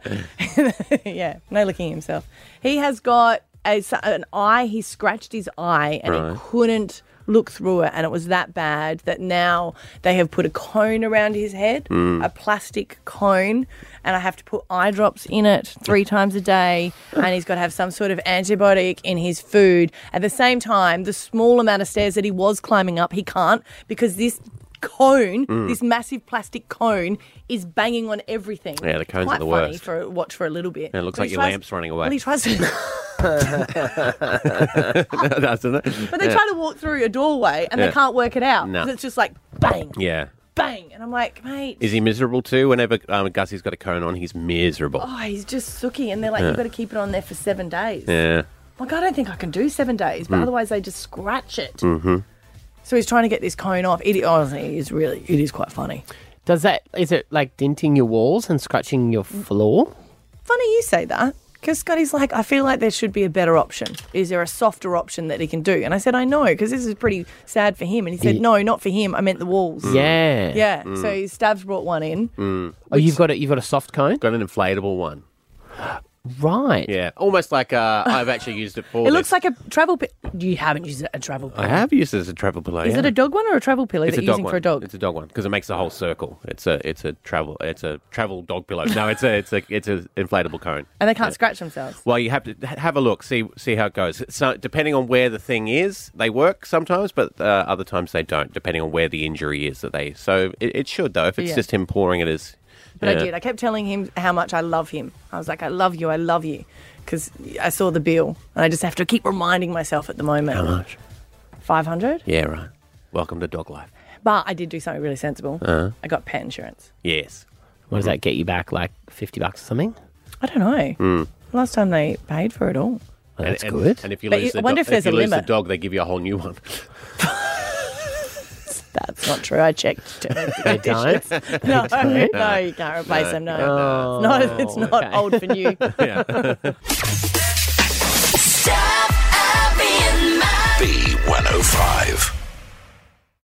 Speaker 5: yeah, no licking himself. He has got a, an eye. He scratched his eye and
Speaker 14: Right.
Speaker 5: he couldn't look through it. And it was that bad that now they have put a cone around his head,
Speaker 14: Mm.
Speaker 5: a plastic cone, and I have to put eye drops in it three times a day. And he's got to have some sort of antibiotic in his food. At the same time, the small amount of stairs that he was climbing up, he can't because this cone,
Speaker 4: Mm.
Speaker 5: this massive plastic cone, is banging on everything.
Speaker 4: Yeah, the cones
Speaker 5: Quite
Speaker 4: are the
Speaker 5: funny
Speaker 4: worst.
Speaker 5: For watch for a little bit.
Speaker 4: Yeah, it looks
Speaker 5: But
Speaker 4: like
Speaker 5: he
Speaker 4: your lamp's running away.
Speaker 5: Well, he tries to,
Speaker 4: Doesn't it?
Speaker 5: but they try to walk through a doorway and
Speaker 4: Yeah.
Speaker 5: they can't work it out.
Speaker 4: No.
Speaker 5: 'Cause It's just like bang,
Speaker 4: Yeah.
Speaker 5: bang, and I'm like, mate.
Speaker 4: Is he miserable too? Whenever um, Gussie's got a cone on, he's miserable.
Speaker 5: Oh, he's just sooky, and they're like,
Speaker 4: Yeah.
Speaker 5: you've got to keep it on there for seven days.
Speaker 4: Yeah.
Speaker 5: Like, I don't think I can do seven days, but
Speaker 4: Mm.
Speaker 5: otherwise they just scratch it.
Speaker 4: Mm-hmm.
Speaker 5: So he's trying to get this cone off. It honestly is really, it is quite funny.
Speaker 6: Does that? Is it like denting your walls and scratching your floor?
Speaker 5: Funny you say that. Because Scotty's like, I feel like there should be a better option. Is there a softer option that he can do? And I said, I know, because this is pretty sad for him. And he said,
Speaker 6: Ye-
Speaker 5: No, not for him. I meant the walls.
Speaker 6: Yeah.
Speaker 5: Yeah.
Speaker 6: Mm.
Speaker 5: So Stabs brought one in.
Speaker 4: Mm.
Speaker 6: Oh, you've got a you've got a soft cone.
Speaker 4: Got an inflatable one.
Speaker 6: Right.
Speaker 4: Yeah, almost like uh, I've actually used it for.
Speaker 5: It looks
Speaker 4: this.
Speaker 5: like a travel. Pi- you haven't used it a travel. Pillow.
Speaker 4: I have used it as a travel pillow.
Speaker 5: Is
Speaker 4: yeah.
Speaker 5: it a dog one or a travel pillow
Speaker 4: It's
Speaker 5: that
Speaker 4: a
Speaker 5: you're
Speaker 4: dog
Speaker 5: using
Speaker 4: one.
Speaker 5: for a dog?
Speaker 4: It's a dog one because it makes the whole circle. It's a it's a travel it's a travel dog pillow. No, it's a it's a it's an inflatable cone.
Speaker 5: And they can't
Speaker 4: Yeah.
Speaker 5: scratch themselves.
Speaker 4: Well, you have to ha- have a look, see see how it goes. So, depending on where the thing is, they work sometimes, but uh, other times they don't, depending on where the injury is that they. So it, it should though, if it's
Speaker 5: Yeah.
Speaker 4: just him pouring it as. uh,
Speaker 5: But
Speaker 4: yeah.
Speaker 5: I did. I kept telling him how much I love him. I was like, I love you, I love you. Because I saw the bill and I just have to keep reminding myself at the moment.
Speaker 4: How much?
Speaker 5: 500.
Speaker 4: Yeah, right. Welcome to dog life.
Speaker 5: But I did do something really sensible.
Speaker 4: Uh-huh.
Speaker 5: I got pet insurance.
Speaker 4: Yes. Mm-hmm.
Speaker 6: What does that get you back? Like fifty bucks or something?
Speaker 5: I don't know.
Speaker 4: Mm.
Speaker 5: Last time they paid for it all.
Speaker 6: that's
Speaker 4: and,
Speaker 6: good.
Speaker 4: And if you
Speaker 5: But
Speaker 4: lose,
Speaker 5: I
Speaker 4: the,
Speaker 5: wonder if
Speaker 4: do-
Speaker 5: there's
Speaker 4: you
Speaker 5: a
Speaker 4: lose the
Speaker 5: limit.
Speaker 4: dog, they give you a whole new one.
Speaker 5: That's not true. I checked.
Speaker 4: They don't?
Speaker 5: No,
Speaker 4: They don't? Oh.
Speaker 5: no, you can't replace
Speaker 4: No,
Speaker 5: them. No,
Speaker 4: no,
Speaker 5: it's
Speaker 4: no.
Speaker 5: not. It's not
Speaker 4: Okay.
Speaker 5: old for new.
Speaker 4: Yeah.